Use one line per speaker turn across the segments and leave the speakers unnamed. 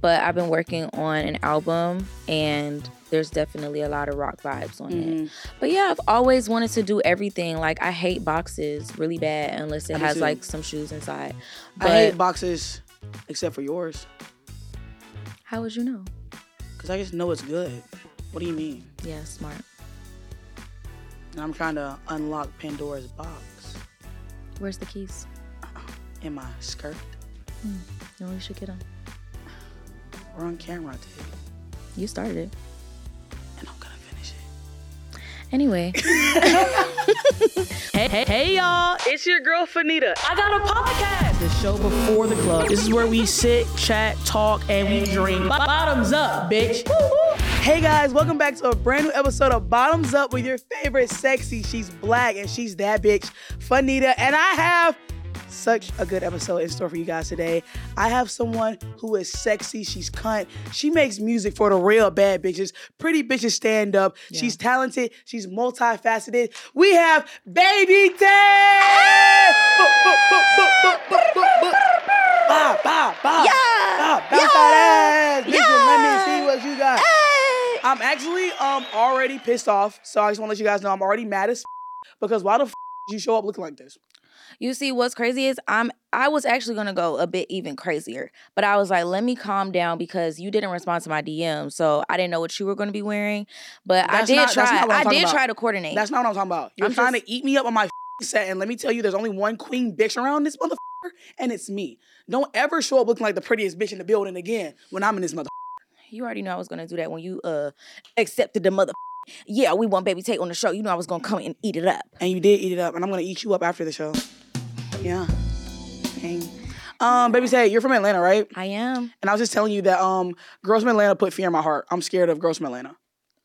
but I've been working on an album and there's definitely a lot of rock vibes on it.
Mm-hmm.
But yeah, I've always wanted to do everything. Like I hate boxes really bad unless it
I do
has
too.
like some shoes inside.
I
But
hate boxes except for yours
how would you know?
because I just know it's good. What do you mean?
Yeah, smart.
And I'm trying to unlock Pandora's box
Where's the keys?
in my skirt.
No, we should get them.
We're on camera today,
You started it.
and I'm gonna finish it.
Anyway.
Hey, hey, hey, y'all. It's your girl, Fanita. I got a podcast.
The show before the club. This is where we sit, chat, talk, and we drink.
Bottoms up, bitch.
Hey guys, welcome back to a brand new episode of Bottoms Up with your favorite sexy. She's black and she's that bitch, Fanita. And I have such a good episode in store for you guys today. I have someone who is sexy. She's cunt. She makes music for the real bad bitches. Pretty bitches stand up. She's talented. She's multifaceted. We have Baby Tay. Ba ba ba. Ba, bounce that ass, bitch. and Let me see what you got. I'm actually um already pissed off, so I just want to let you guys know I'm already mad as f- because why the f- did you show up looking like this?
You see, what's crazy is I'm I was actually gonna go a bit even crazier, but I was like, let me calm down because you didn't respond to my DM, so I didn't know what you were gonna be wearing. But I
That's
did
not- that's
try.
not what I'm
I
talking
did
about.
try to coordinate.
That's not what I'm talking about. You're
I'm
trying to eat me up on my f- set, and let me tell you, there's only one queen bitch around this motherfucker, and it's me. Don't ever show up looking like the prettiest bitch in the building again when I'm in this mother.
you already knew I was gonna do that when you uh accepted the mother. Yeah, we want baby Tate on the show. You know I was gonna come and eat it up.
And you did eat it up, and I'm gonna eat you up after the show. Yeah. Dang. Um, baby, say you're from Atlanta, right?
I am.
And I was just telling you that um, girls from Atlanta put fear in my heart. I'm scared of girls from Atlanta.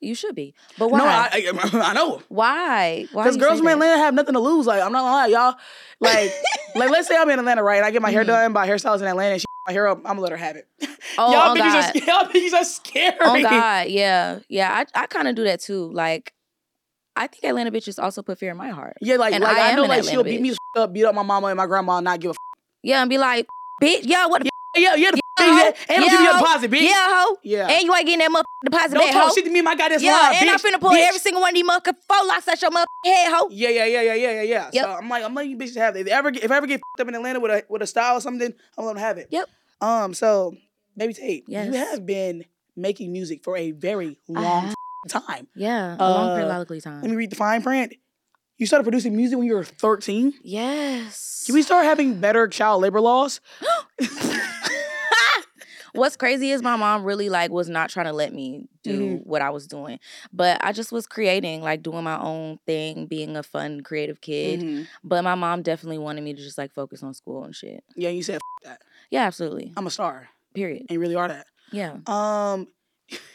You should be. But why?
No, I, I, I know.
why? Why?
Because
you say
girls from
that?
Atlanta have nothing to lose. Like, I'm not gonna lie, y'all. Like, like let's say I'm in Atlanta, right? And I get my
Mm-hmm.
hair done by hairstylists in Atlanta and she my hair up, I'm gonna let her have it.
Oh,
y'all,
oh
think
God.
Are, y'all think are scary.
Oh God, yeah, yeah. I, I kind of do that too. Like, I think Atlanta bitches also put fear in my heart.
Yeah, like,
And
like
I
I,
am
know
an
like
Atlanta
she'll beat me the f- up, beat up my mama and my grandma and not give a f-
Yeah, and be like, bitch, yeah, what the
Yeah, yeah,
Yeah,
the f- yeah,
hoe.
and I'm
Yeah,
giving you a
hoe.
deposit, bitch.
yeah, hoe.
Yeah.
And you ain't getting that motherfucking deposit
Don't
back,
talk
hoe.
shit to me in my goddamn
yeah,
line,
and
bitch.
I'm finna pull
bitch.
every single one of these motherfucking four locks out your motherfucking head, hoe.
Yeah, yeah, yeah, yeah, yeah, yeah, yeah.
Yep.
So I'm like, I'm letting you bitches have that. If they ever get, if I ever get f- up in Atlanta with a with a style or something, I'm gonna have it.
Yep.
Um. So, baby Tate,
Yes.
you have been making music for a very
I
long
have.
f- time.
Yeah,
a long Uh, Let
time.
me read the fine print. You started producing music when you were 13.
Yes.
Can we start having better child labor laws?
What's crazy is my mom really like was not trying to let me do
Mhm.
what I was doing, but I just was creating, like doing my own thing, being a fun, creative kid.
Mm-hmm.
But my mom definitely wanted me to just like focus on school and shit.
Yeah, you said "F-
Yeah, absolutely.
I'm a star,
Period.
and you really are that.
Yeah,
Um,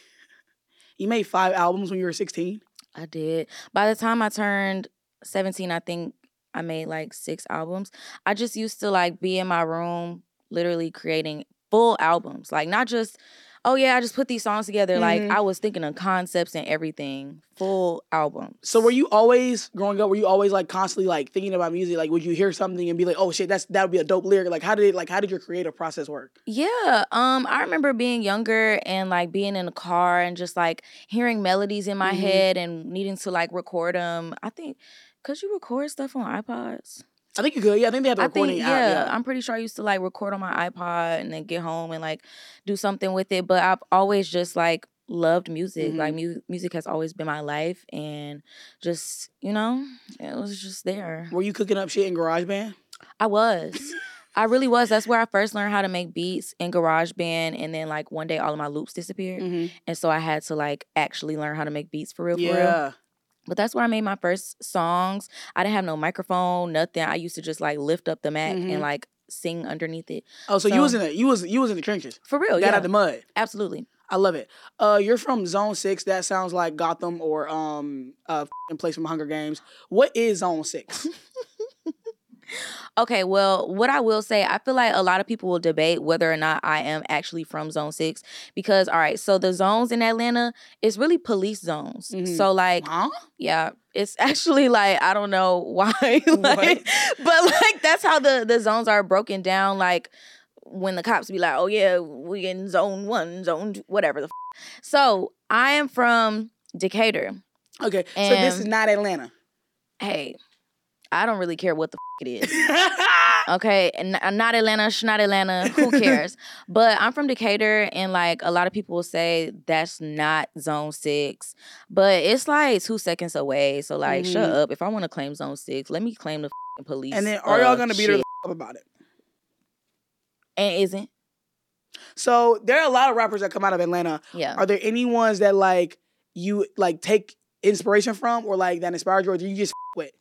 you made five albums when you were 16.
I did. By the time I turned 17, I think I made like six albums. I just used to like be in my room, literally creating full albums. Like, not just, oh yeah, I just put these songs together. Like,
Mhm.
I was thinking of concepts and everything, full album.
So were you always growing up? Were you always like constantly like thinking about music? Like, would you hear something and be like, "Oh shit, that's that would be a dope lyric"? Like, how did it? Like, how did your creative process work?
Yeah. Um, I remember being younger and like being in a car and just like hearing melodies in my
Mhm.
head and needing to like record them. I think could you record stuff on iPods?
I think you could. Yeah, I think they have the
I think
recording app.
yeah, I'm pretty sure I used to like record on my iPod and then get home and like do something with it. But I've always just like loved music. Like mu- music has always been my life and just you know it was just there.
Were you cooking up shit in GarageBand?
I was. I really was. That's where I first learned how to make beats in GarageBand, and then like one day all of my loops disappeared,
Mm-hmm.
and so I had to like actually learn how to make beats for real, for real.
Yeah.
But that's where I made my first songs. I didn't have no microphone, nothing. I used to just like lift up the Mac
Mhm.
and like sing underneath it
Oh, so, you
So-
was in the you was you was in the trenches.
for real.
got
yeah,
out the mud.
absolutely.
I love it. Uh, you're from Zone Six. That sounds like Gotham or um a f***ing place from Hunger Games. What is Zone Six?
Okay, well, what I will say, I feel like a lot of people will debate whether or not I am actually from Zone Six because, all right, so the zones in Atlanta is really police zones.
Mhm.
So like,
huh?
Yeah, it's actually like I don't know why, like,
What?
but like that's how the the zones are broken down. Like when the cops be like, oh yeah, we in zone one, zone two, whatever the. F-. So I am from Decatur.
Okay, so this is
And-
not Atlanta.
Hey, I don't really care what the f- it is. Okay, and n- uh, not Atlanta, sh- not Atlanta. Who cares? but I'm from Decatur, and like a lot of people will say that's not Zone Six, but it's like two seconds away. So like, shut
Mhm.
up. If I want to claim Zone Six, let me claim the f- police.
and then are
uh,
y'all gonna beat her the
shit.
f- up about it?
And isn't
So there are a lot of rappers that come out of Atlanta.
yeah.
Are there any ones that like you like take inspiration from or like that inspired you or do you just f- with?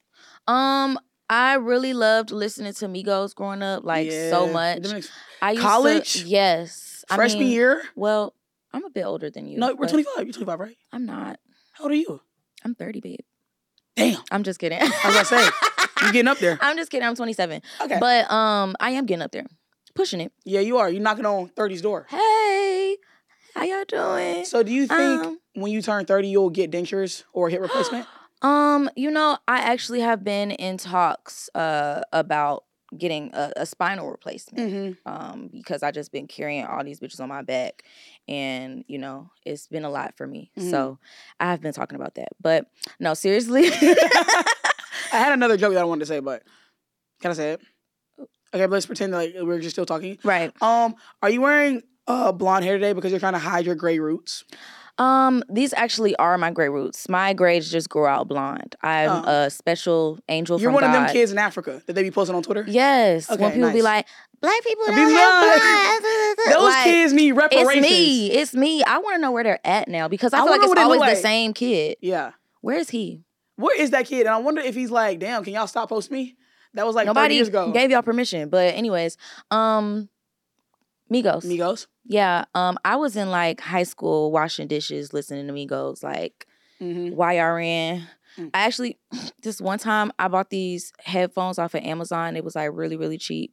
Um, I really loved listening to Migos growing up, like so
Yeah.
much.
Them ex-
I used
College?
to, yes. I
Freshman
mean,
year?
Well, I'm a bit older than you.
No, we're
but
25. You're 25, right?
I'm not.
How old are you?
I'm 30, babe.
Damn.
I'm just kidding. I
was gonna say, You're getting up there.
I'm just kidding. I'm 27,
Okay.
Ah, but um, I am getting up there, pushing it.
yeah, you are. You're knocking on 30's door.
Hey, how y'all doing?
So do you think
Um,
when you turn 30 you'll get dentures or hip replacement?
Um, you know, I actually have been in talks uh about getting a, a spinal replacement.
mm-hmm.
um, because I just been carrying all these bitches on my back, and you know it's been a lot for me.
Mhm.
So I have been talking about that, but no, seriously,
I had another joke that I wanted to say, but can I say it? Okay, but let's pretend like we're just still talking.
right?
Um, are you wearing uh blonde hair today because you're trying to hide your gray roots?
Um, these actually are my gray roots. My grays just grow out blonde. I'm
Oh.
a special angel.
you're
Oh, from
one of them
God.
kids in Africa that they be posting on Twitter.
Yes,
Okay,
when people be
nice.
like, "Black people
Be
don't have blonde."
Those
Like,
kids need reparations.
It's me. It's me. I want to know where they're at now because I
I
feel like
wonder what
it's
they look
always
like.
the same kid.
Yeah.
Where is he?
Where is that kid? And I wonder if he's like, damn, can y'all stop posting me? That was like 30
Nobody
years ago.
gave y'all permission. But anyways, um, Migos.
Migos.
Yeah. Um, I was in like high school washing dishes, listening to Migos, like
Mm-hmm.
YRN.
Mm.
I actually this one time I bought these headphones off of Amazon. It was like really, really cheap.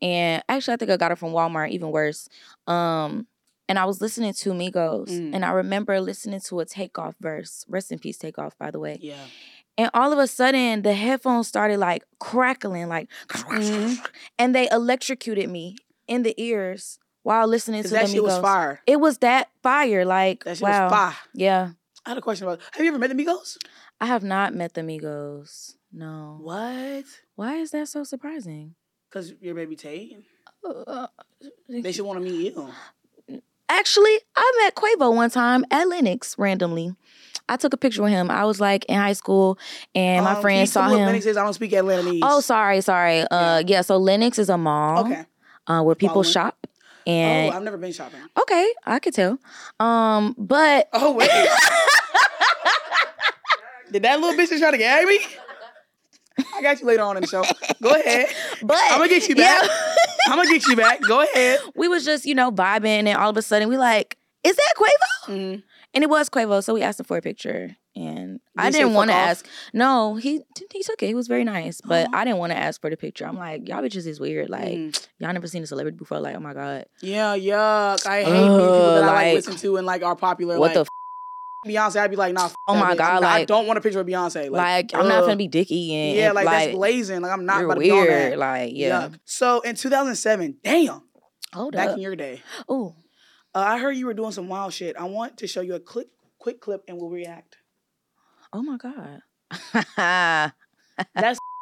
And actually I think I got it from Walmart, even worse. Um and I was listening to Migos,
Mm.
and I remember listening to a takeoff verse. Rest in peace, takeoff, by the way.
Yeah.
And all of a sudden, the headphones started like crackling, like, Mm-hmm.
Mhm.
and they electrocuted me in the ears while listening to
'Cause
the
that shit was
Migos.
fire.
It was that fire, like
That shit
wow,
was fire.
yeah.
I had a question about have you ever met the Migos?
I have not met the Migos. No,
What?
why is that so surprising?
Because your baby Tate.
Uh,
They should want to meet you.
Actually, I met Quavo one time at Lennox randomly. I took a picture with him. I was like in high school, and
Um,
my
can you
friend
tell
saw
me what
him.
Lennox is? I don't speak Atlantaese.
Oh, sorry, sorry. Uh, yeah. So Lennox is a mall.
Okay.
uh, where people
Following.
shop.
Oh,
And
I've never been shopping.
okay, I could tell. Um, but
Oh wait. Did that little bitch just try to gag me? I got you later on in the show. Go ahead.
but
I'm gonna get you
yeah,
back. I'm gonna get you back. Go ahead.
we was just you know vibing, and all of a sudden we like, is that Quavo?
Mhm.
And it was Quavo, so we asked him for a picture. And
he
I
say
didn't
fuck
want to
off?
ask. No, he he took it. He was very nice, but
Aw.
I didn't want to ask for the picture. I'm like, y'all bitches is weird. Like,
Mhm.
y'all never seen a celebrity before. Like, oh my god,
Yeah, yuck. I hate these people
Ugh,
that I like
like,
listen to and like are popular.
what
like,
the f-
Beyonce? I'd be like, nah. f-
Oh
that
my
bitch.
God,
I'm not- I
like-
don't want a picture of Beyonce.
like, I'm not
ugh.
gonna be dick eating.
Yeah,
and,
like, that's blazing. Like I'm not
you're
about to be on
weird.
that.
Like, yeah.
Yuck. So in 2007, damn,
Hold
back
up.
in your day,
Oh,
uh, I heard you were doing some wild shit. I want to show you a clip, quick clip, and we'll react.
oh my god.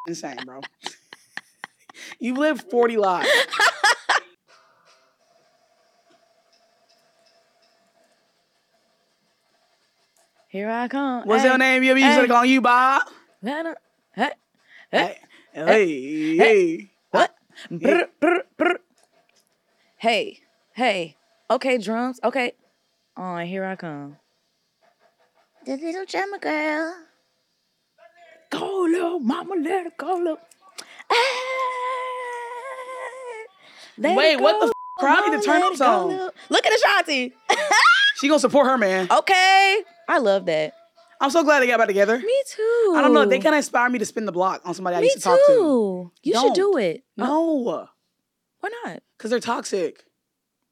Insane, bro. You've lived 40 lives.
Here I come.
What's
Hey,
your name? You used to
Hey.
call you Bob.
let her- Hey.
Hey, hey, hey.
What?
Yeah.
Brr, brr, brr. Hey. Hey. Okay, drums. Okay. Oh, and here I come. The little drummer girl. Go, little mama, let her go, little. Ah, let
Wait,
it
what the
go,
f- crowd need
mama,
to turn
let
up
it go,
song?
little- Look at Ashanti.
She gonna support her man.
Oh. okay. I love that.
I'm so glad they got back together.
Me too.
I don't know. They kind of inspired me to spin the block on somebody I
Me
used to talk to.
too. You should
Don't.
do it. Oh,
No,
why not?
because they're toxic.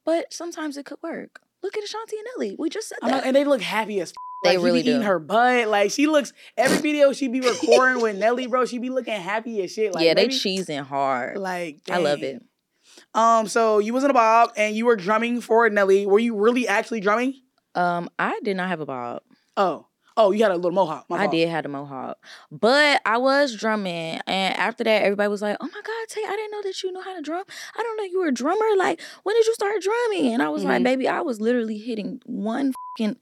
But sometimes it could work. Look at Ashanti and Ellie. We just said
I'm
that.
not, and they look happy as. F-
They
Like, he
really
be eating
do.
her butt. Like she looks every video she be recording with Nelly, bro. She be looking happy as shit. Like
yeah, they
maybe-
cheesing hard.
Like
I love
dang.
it.
Um, so you was in a bob and you were drumming for Nelly. Were you really actually drumming?
Um, I did not have a bob.
Oh, oh, you had a little mohawk. My
I
fault.
did have a mohawk, but I was drumming, and after that, everybody was like, "Oh my God, Tay, I didn't know that you know how to drum. I don't know you were a drummer. Like, when did you start drumming?" And I was like,
Mhm.
"Baby, I was literally hitting one. Fucking,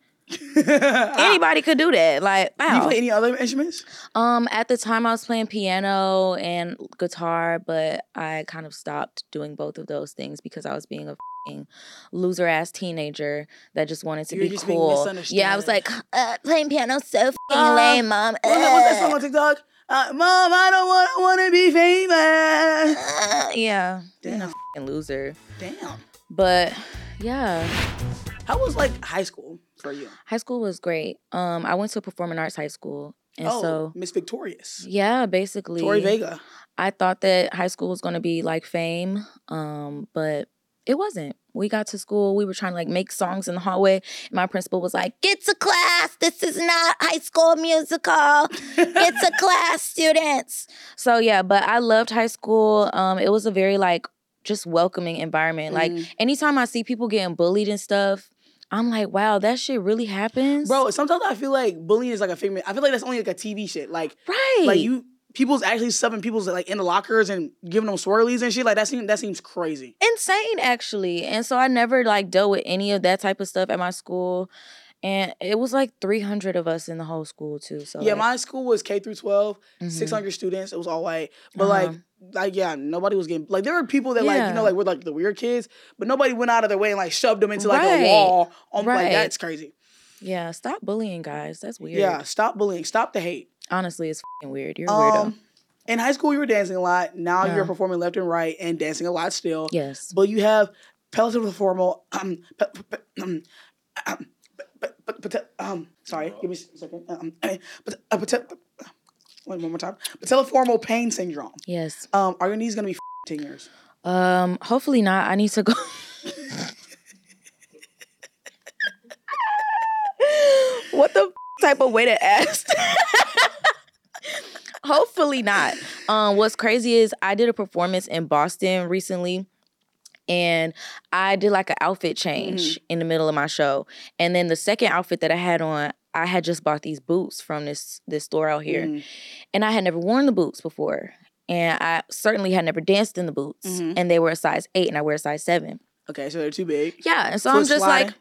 Anybody?
anybody could do that. Like,
you
wow.
Ah, play any other instruments?
Um, at the time I was playing piano and guitar, but I kind of stopped doing both of those things because I was being a fing loser ass teenager that just wanted to
You were
be
just being
cool. yeah, I was like,
misunderstood.
uh, playing piano so fing
Uh,
lame, mom.
What- What's that
uh,
song on TikTok? Uh, Mom, I don't want, want to be famous.
uh," yeah, being a
Damn,
fing loser.
damn.
But yeah,
How was like high school for you?
high school was great. Um, I went to a performing arts high school, and
oh,
so
Miss Victorious,
yeah, basically
Tori Vega.
I thought that high school was going to be like fame, um, but it wasn't. We got to school, we were trying to like make songs in the hallway. And my principal was like, "Get to class. This is not high school musical. Get to class, students." So yeah, but I loved high school. Um, it was a very like just welcoming environment. Like
Mhm.
anytime I see people getting bullied and stuff, I'm like, "Wow, that shit really happens."
bro. Sometimes I feel like bullying is like a figment. I feel like that's only like a TV shit. Like,
right?
like you people's actually subbing people's like in the lockers and giving them swirlies and shit. Like that seems that seems crazy.
insane actually and so i never like dealt with any of that type of stuff at my school and it was like 300 of us in the whole school too so
yeah,
like,
my school was K through 12,
mhm.
600 students. It was all white, but
Uh-huh.
like. Like yeah, nobody was getting like there were people that like you
Yeah.
know like were like the weird kids, but nobody went out of their way and like shoved them into like
Right.
a wall. Um,
Right.
Like that's crazy.
yeah stop bullying guys that's weird
Yeah, stop bullying, stop the hate.
honestly it's fing weird you're a weirdo
Um, in high school you were dancing a lot. Now
Yeah.
you're performing left and right and dancing a lot still.
yes
But you have Peloton Performal. Um, pe- pe- pe- um, um, pe- pe- pe- pe- um, sorry, give me a second. Um, eh, pe- uh, pe- te- wait, one more time. Patelliformal pain syndrome.
yes
Um, are your knees gonna be f- ten years?
um hopefully not i need to go what the type of way to ask hopefully not um what's crazy is i did a performance in boston recently and i did like an outfit change in the middle of my show and then the second outfit that i had on i had just bought these boots from this this store out here
Mm.
and I had never worn the boots before. And I certainly had never danced in the boots.
Mhm.
And they were a size eight and I wear a size seven.
Okay, so they're too big.
Yeah. And so I'm
Foot
just
sliding.
like,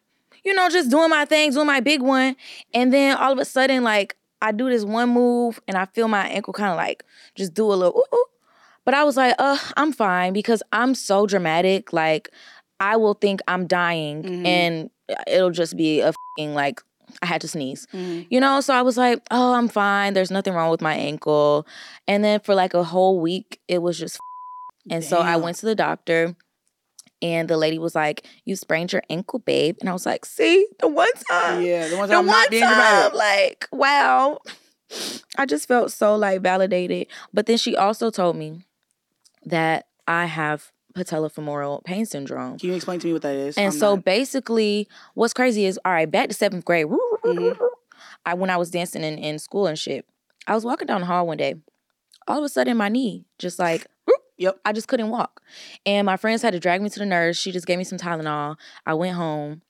you know, just doing my thing, doing my big one. And then all of a sudden, like, I do this one move and I feel my ankle kind of like just do a little ooh, ooh. But I was like, uh, I'm fine because I'm so dramatic. Like, I will think I'm dying
Mhm.
and it'll just be a fing like, I had to sneeze
Mm.
you know so i was like oh i'm fine there's nothing wrong with my ankle and then for like a whole week it was just and so i
Damn.
went to the doctor and the lady was like you sprained your ankle babe and i was like see the one time
Yeah, the ones
the
I'm
one
not being
time
dramatic.
like wow i just felt so like validated but then she also told me that i have patellofemoral pain syndrome
Can you explain to me what that is?
and
I'm
so
not-
basically, what's crazy is all right, back to seventh grade.
Mhm.
I when I was dancing in, in school and shit, I was walking down the hall one day. All of a sudden, my knee just like
Yep.
I just couldn't walk, and my friends had to drag me to the nurse. She just gave me some Tylenol. I went home.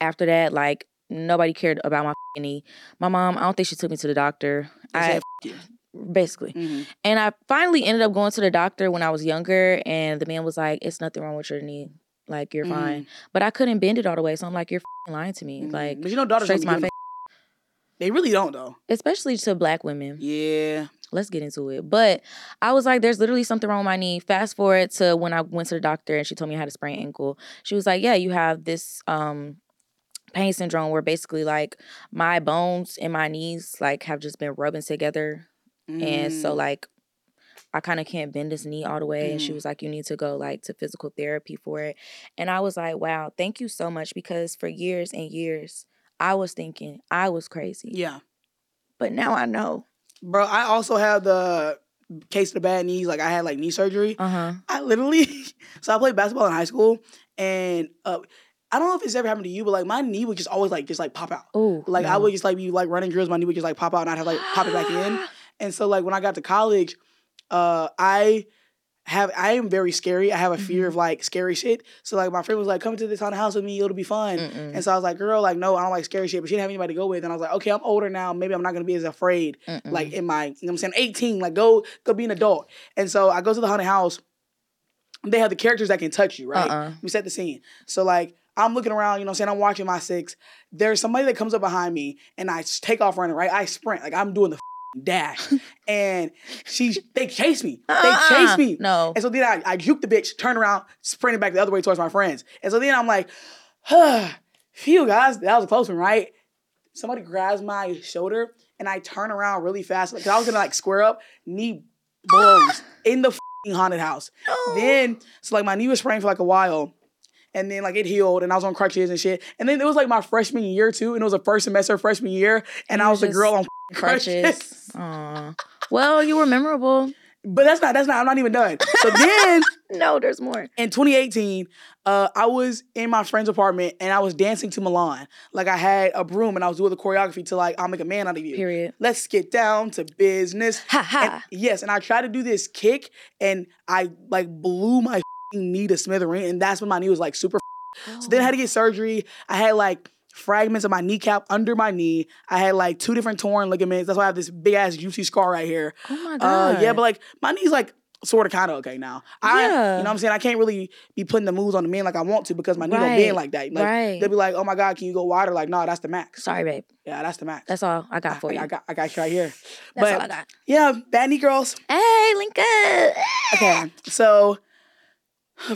After that, like nobody cared about my f***ing knee. My mom, I don't think she took me to the doctor.
They say,
I
"F- you."
basically.
Mhm.
And I finally ended up going to the doctor when I was younger, and the man was like, "It's nothing wrong with your knee. Like you're
Mm.
fine." But I couldn't bend it all the way, so I'm like, "You're fing lying to me."
Mhm.
Like
but you know, daughters
straight to
don't be
my
doing
face,
They really don't though.
especially to black women.
Yeah.
Let's get into it. But I was like, "There's literally something wrong with my knee." Fast forward to when I went to the doctor, and she told me I had a sprained ankle. She was like, "Yeah, you have this." um pain syndrome where basically like my bones and my knees like have just been rubbing together and so
Mm.
like I kind of can't bend this knee all the way and she
Mhm.
was like you need to go like to physical therapy for it and I was like wow thank you so much because for years and years I was thinking I was crazy
yeah.
but now I know
Bro, I also have the case of the bad knees. Like I had like knee surgery.
uh-huh
I literally so I played basketball in high school and uh I don't know if it's ever happened to you, but like my knee would just always like just like pop out.
oh
Like I would just like be like running drills, my knee would just like pop out and I'd have like pop it back in. And so like when I got to college, uh I have I am very scary. I have a fear of like scary shit. So like my friend was like, "Come to this haunted house with me. It'll be fun."
Mm-mm.
And so I was like, "Girl, like no, I don't like scary shit." But she didn't have anybody to go with, and I was like, "Okay, I'm older now. Maybe I'm not gonna be as afraid."
Mm-mm.
like in my, you know what I'm saying, 18, like go go be an adult. And so I go to the haunted house. They have the characters that can touch you, right?
Uh-uh.
We set the scene. So like I'm looking around, you know what I'm saying? I'm watching my six. There's somebody that comes up behind me and I s- take off running, right? I sprint. Like I'm doing the dash. And she's they chase me. They
Uh-uh.
chase me.
No.
And so then I, I juke the bitch, turn around, sprinted back the other way towards my friends. And so then I'm like, phew, guys, that was a close one, right? Somebody grabs my shoulder and I turn around really fast because I was gonna like square up, knee blows in the fing haunted house.
No.
Then, so like my knee was sprained for like a while. And then like it healed and I was on crutches and shit. And then it was like my freshman year too. And it was the first semester of freshman year. And
You
I
were
was the
just
girl on crutches.
crutches. Aw. Well, you were memorable.
But that's not, that's not, I'm not even done. So then
No, there's more.
in 2018, uh, I was in my friend's apartment and I was dancing to Milan. Like I had a broom and I was doing the choreography to like, I'll make a man out of you.
Period. Ah.
Let's get down to business.
Ha
And-
ha.
yes, and I tried to do this kick and I like blew my knee to smithereen. And that's when my knee was like super so then I had to get surgery. I had like fragments of my kneecap under my knee. I had like two different torn ligaments. That's why I have this big ass juicy scar right here.
Oh my god.
Uh, yeah, but like my knee's like sort of kind of okay now. I,
Yeah.
you know what I'm saying? I can't really be putting the moves on the men like I want to because my knee don't
Right,
bend like that. Like
right.
they'll be like, oh my God, can you go wider? Like, no, that's the max.
Sorry, babe.
Yeah, that's the max.
That's all I got for
I,
you.
I got I got you right here.
That's
but
all I got.
yeah, bad knee girls.
Hey, link up.
Okay. So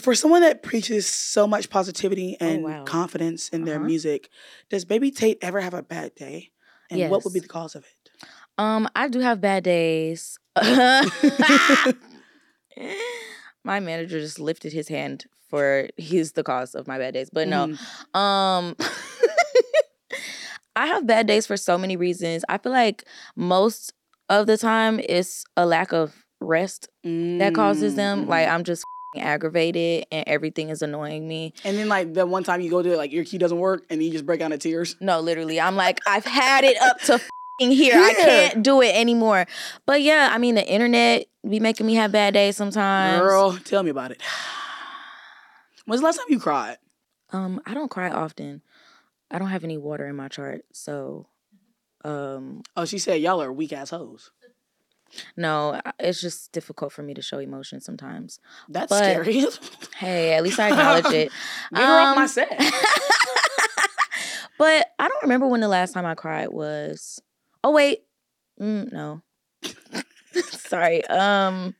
for someone that preaches so much positivity and
Oh, wow.
confidence in their
Uh-huh.
music, does Baby Tate ever have a bad day? And what would be
Yes.
the cause of it?
Um, I do have bad days. my manager just lifted his hand for he's the cause of my bad days. But no,
Mhm.
Um I have bad days for so many reasons. I feel like most of the time it's a lack of rest that causes them.
Mhm.
Like I'm just fing aggravated and everything is annoying me.
and then like the one time you go to like your key doesn't work and you just break out into tears.
No, literally. I'm like I've had it up to fing here. I
Yeah.
can't do it anymore. But yeah, I mean the internet be making me have bad days sometimes.
Girl, tell me about it. When's the last time you cried?
Um, I don't cry often. I don't have any water in my chart, so um
Oh, she said y'all are weak ass hoes.
No, I- it's just difficult for me to show emotion sometimes.
That's
But-
scary. Get
Hey, at least I acknowledge it.
her off my
Um,
set.
but I don't remember when the last time I cried was. Oh wait, mm, no. Sorry. Um,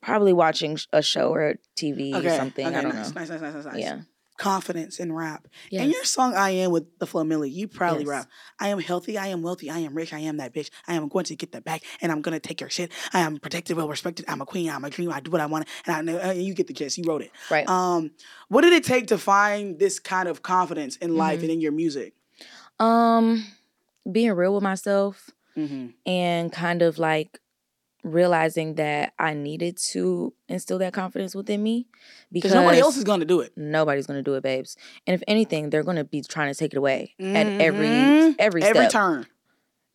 probably watching sh- a show or TV or something. I don't
nice,
know.
nice, nice, nice, nice, nice.
Yeah.
Confidence in rap.
Yes.
And your song I Am with the Flamilla, you proudly
Yes.
rap. I am healthy, I am wealthy, I am rich, I am that bitch. I am going to get the back and I'm gonna take your shit. I am protected, well respected, I'm a queen, I'm a dream, I do what I want, and I know uh, you get the gist, you wrote it.
right.
Um, what did it take to find this kind of confidence in life
Mhm.
and in your music?
um, being real with myself.
Mm-hmm.
and kind of like realizing that I needed to instill that confidence within me because
Because nobody else is gonna do it.
nobody's gonna do it, babes. And if anything, they're gonna be trying to take it away at every
Mhm.
every step,
Every Mm. turn.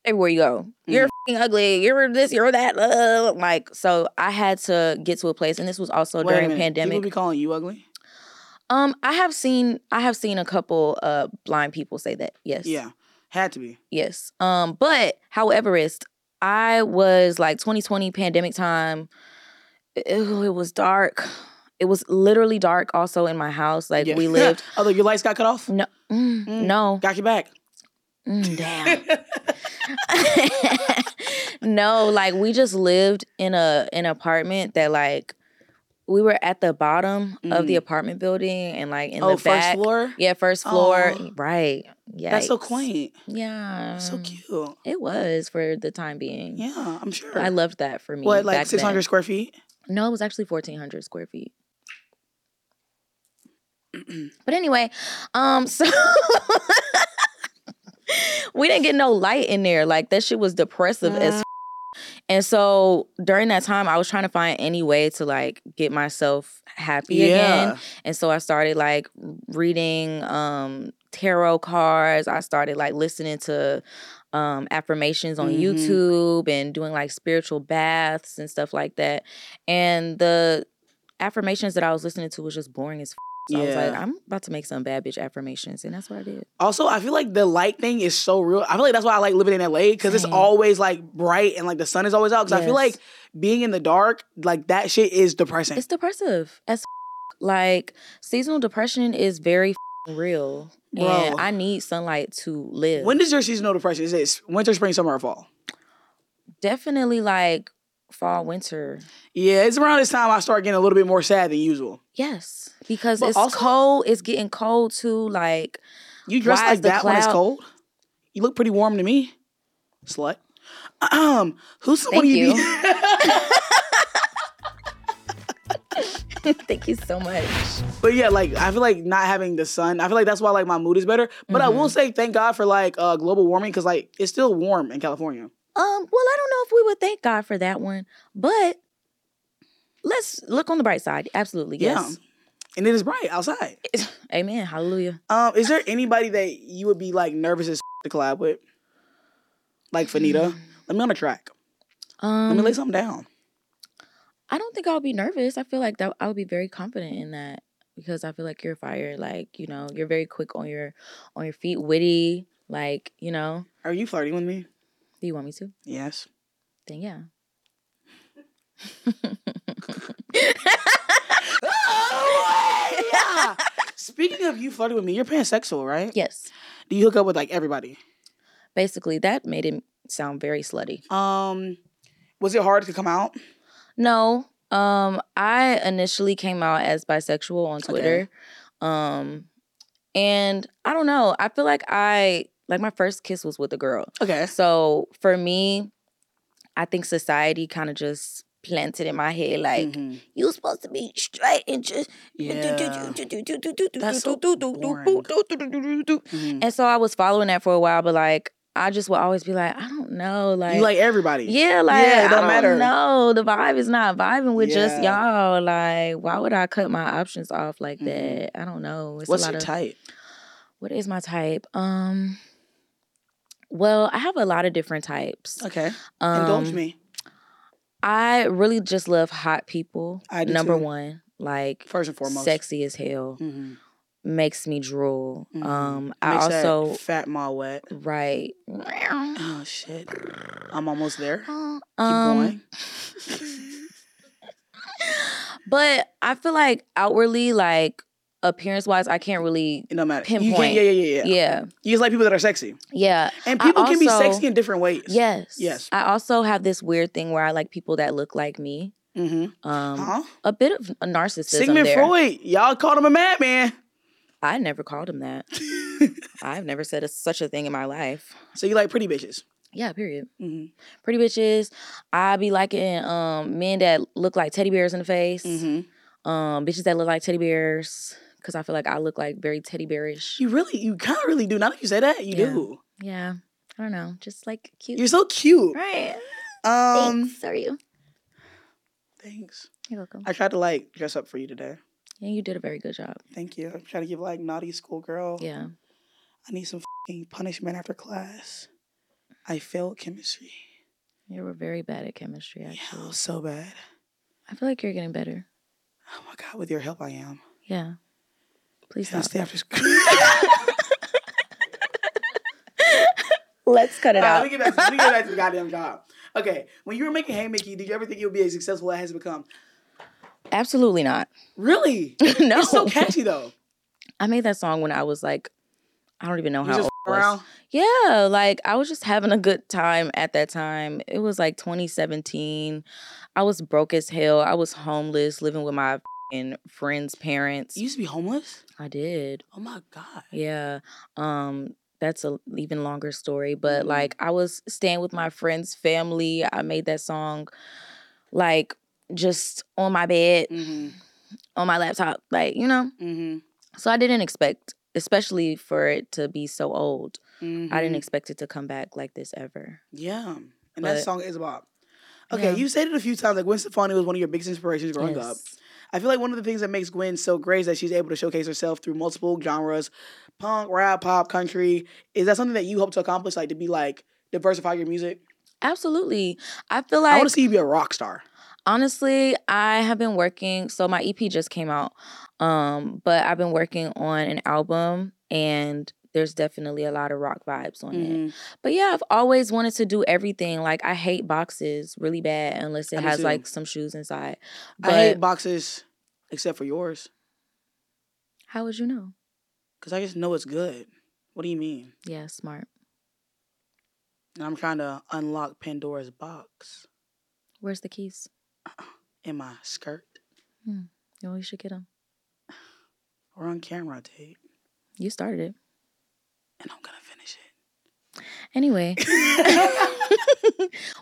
everywhere you go. You're fing ugly. You're this. You're that. uh, like so, I had to get to a place, and this was also
Wait a
during
minute,
pandemic.
People be calling you ugly.
um, I have seen I have seen a couple uh blind people say that. Yes.
Yeah, had to be.
Yes. Um, but howeverist, I was like 2020 pandemic time. E-, Ew, it was dark. It was literally dark also in my house. Like
Yeah.
we lived.
Although your lights got cut off,
No. Mm,
Mm.
No.
got your back.
Mm, damn. no, like we just lived in a an apartment that like we were at the bottom of the
Mm.
apartment building and like in
oh,
the back.
first floor.
Yeah, first floor.
Aw.
Right. Yeah.
That's so quaint.
Yeah.
so cute.
It was for the time being.
Yeah, I'm sure.
I loved that for me.
what, like
back
600
then.
square feet?
No, it was actually fourteen hundred square feet. but anyway, um, so we didn't get no light in there. Like that shit was depressive as. f- And so during that time, I was trying to find any way to like get myself happy again. And so I started like reading um tarot cards. I started like listening to um affirmations on
Mhm.
YouTube and doing like spiritual baths and stuff like that. And the affirmations that I was listening to was just boring as f- so I was like,
Yeah.
I'm about to make some bad bitch affirmations. And that's what I did.
Also, I feel like the light thing is so real. I feel like that's why I like living in LA because it's
Same.
always like bright and like the sun is always out. Because I feel like
Yes.
being in the dark, like that shit is depressing.
It's depressive as f- like seasonal depression is very f- real, and
Bro.
I need sunlight to live.
When does your seasonal depression? Is it winter, spring, summer, or fall?
Definitely like fall, winter.
Yeah, it's around this time I start getting a little bit more sad than usual.
Yes, because
But
it's
also-
cold. It's getting cold too. Like
You dress
Why is
like
the
that when it's
cloud-
cold? You look pretty warm to me, slut. Um, who's someone
Thank
you?
you.
Be-
thank you so much.
But yeah, like I feel like not having the sun. I feel like that's why like my mood is better. But I will say thank God for like uh global warming because like it's still warm in California.
Um, well, I don't know if we would thank God for that one, but let's look on the bright side. Absolutely, yes.
And it is bright outside.
Amen. Hallelujah.
Um, is there anybody that you would be like nervous as to collab with? Like Fanita? Let me on a track.
Um,
Let me lay something down.
I don't think I'll be nervous. I feel like that I would be very confident in that because I feel like you're fired. Like you know, you're very quick on your on your feet, witty. Like you know,
Are you flirting with me?
do you want me to?
Yes.
Then yeah.
yeah. Speaking of you flirting with me, you're pansexual, right?
Yes.
Do you hook up with like everybody?
Basically, that made it sound very slutty.
Um, was it hard to come out?
No. Um, I initially came out as bisexual on Twitter. Um, and I don't know. I feel like I like my first kiss was with a girl.
Okay.
So for me, I think society kind of just planted in my head like
Mhm.
you're supposed to be straight and just
Yeah. That's so Mhm.
and so I was following that for a while, but like I just would always be like, I don't know, like,
you like everybody.
yeah, like
Yeah, it
I
don't
don't
matter.
know, the vibe is not vibing with just
Yeah.
y'all. Like, why would I cut my options off like
Mhm.
that? I don't know. It's
What's
a lot
your
of
type?
what is my type? Um, well, I have a lot of different types.
Okay.
Um,
Indulge me.
I really just love hot people.
I do
Number
too.
one, like
First and foremost.
sexy as hell,
Mhm.
makes
makes
me drool.
Mhm.
Um, I
that
also
fat ma wet.
right.
Oh shit. I'm almost there.
Um,
going.
but I feel like outwardly, like appearance wise, I can't really.
It don't matter. You
Pinpoint.
can't, yeah, yeah, yeah, yeah,
Yeah,
You just like people that are sexy.
yeah.
And
I
people can be
also-
sexy in different ways.
Yes.
Yes.
I also have this weird thing where I like people that look like me.
Mm-hmm.
Um,
huh?
a bit of a narcissism
Sigmund
there.
Freud. Y'all called him a madman.
I never called him that. I've never said a, such a thing in my life.
So you like pretty bitches.
Yeah, period.
Mhm.
Pretty bitches. I be liking um men that look like teddy bears in the face.
Mm-hmm.
Um, bitches that look like teddy bears. Cause I feel like I look like very teddy bearish.
You really, you kind of really do. Now that you say that, you
Yeah.
do.
Yeah. I don't know. Just like cute.
You're so cute.
right.
Um,
Thanks. How are you?
thanks.
You're welcome.
I tried to like dress up for you today.
Yeah, you did a very good job.
Thank you. I'm trying to give like naughty schoolgirl.
Yeah.
I need some fing punishment after class. I failed chemistry.
You were very bad at chemistry,
Yeah,
actually.
it was so bad.
I feel like you're getting better.
Oh my god, with your help, I am.
Yeah. Please
Can I
stop.
stay after school?
Let's cut it
Alright, let me get back to- let me get back to the goddamn job. Okay, when you were making Hey Mickey, did you ever think you'd be as successful as it has become?
Absolutely not.
Really?
no.
It's so catchy though.
I made that song when I was like, I don't even know
You
how
just
old I was.
around.
Yeah, like I was just having a good time at that time. It was like 2017. I was broke as hell. I was homeless, living with my fing friends' parents.
You used to be homeless?
I did.
Oh my god.
Yeah. Um that's a even longer story, but
Mhm.
like I was staying with my friend's family. I made that song like just on my bed,
Mm-hmm.
on my laptop, like, you know.
Mm-hmm.
So I didn't expect, especially for it to be so old. I didn't
mhm.
expect it to come back like this ever.
Yeah. And that
But-
song is about Okay,
Yeah.
you said it a few times. Like Gwen Stefani was one of your biggest inspirations growing
Yes.
up. I feel like one of the things that makes Gwen so great is that she's able to showcase herself through multiple genres, punk, rap, pop, country. Is that something that you hope to accomplish? Like to be like diversify your music.
Absolutely. I feel
I
like
want to see you be a rock star.
honestly, I have been working. So my EP just came out, um, but I've been working on an album, and there's definitely a lot of rock vibes on it.
Mhm.
But yeah, I've always wanted to do everything. Like I hate boxes really bad unless it
I do
has
too.
like some shoes inside.
I hate
But
boxes, except for yours,
how would you know?
because I just know it's good. What do you mean?
Yeah, smart.
And I'm trying to unlock Pandora's box
Where's the keys?
in my skirt
No, we should get them.
or on camera tape,
You started it.
and I'm gonna finish it.
Anyway,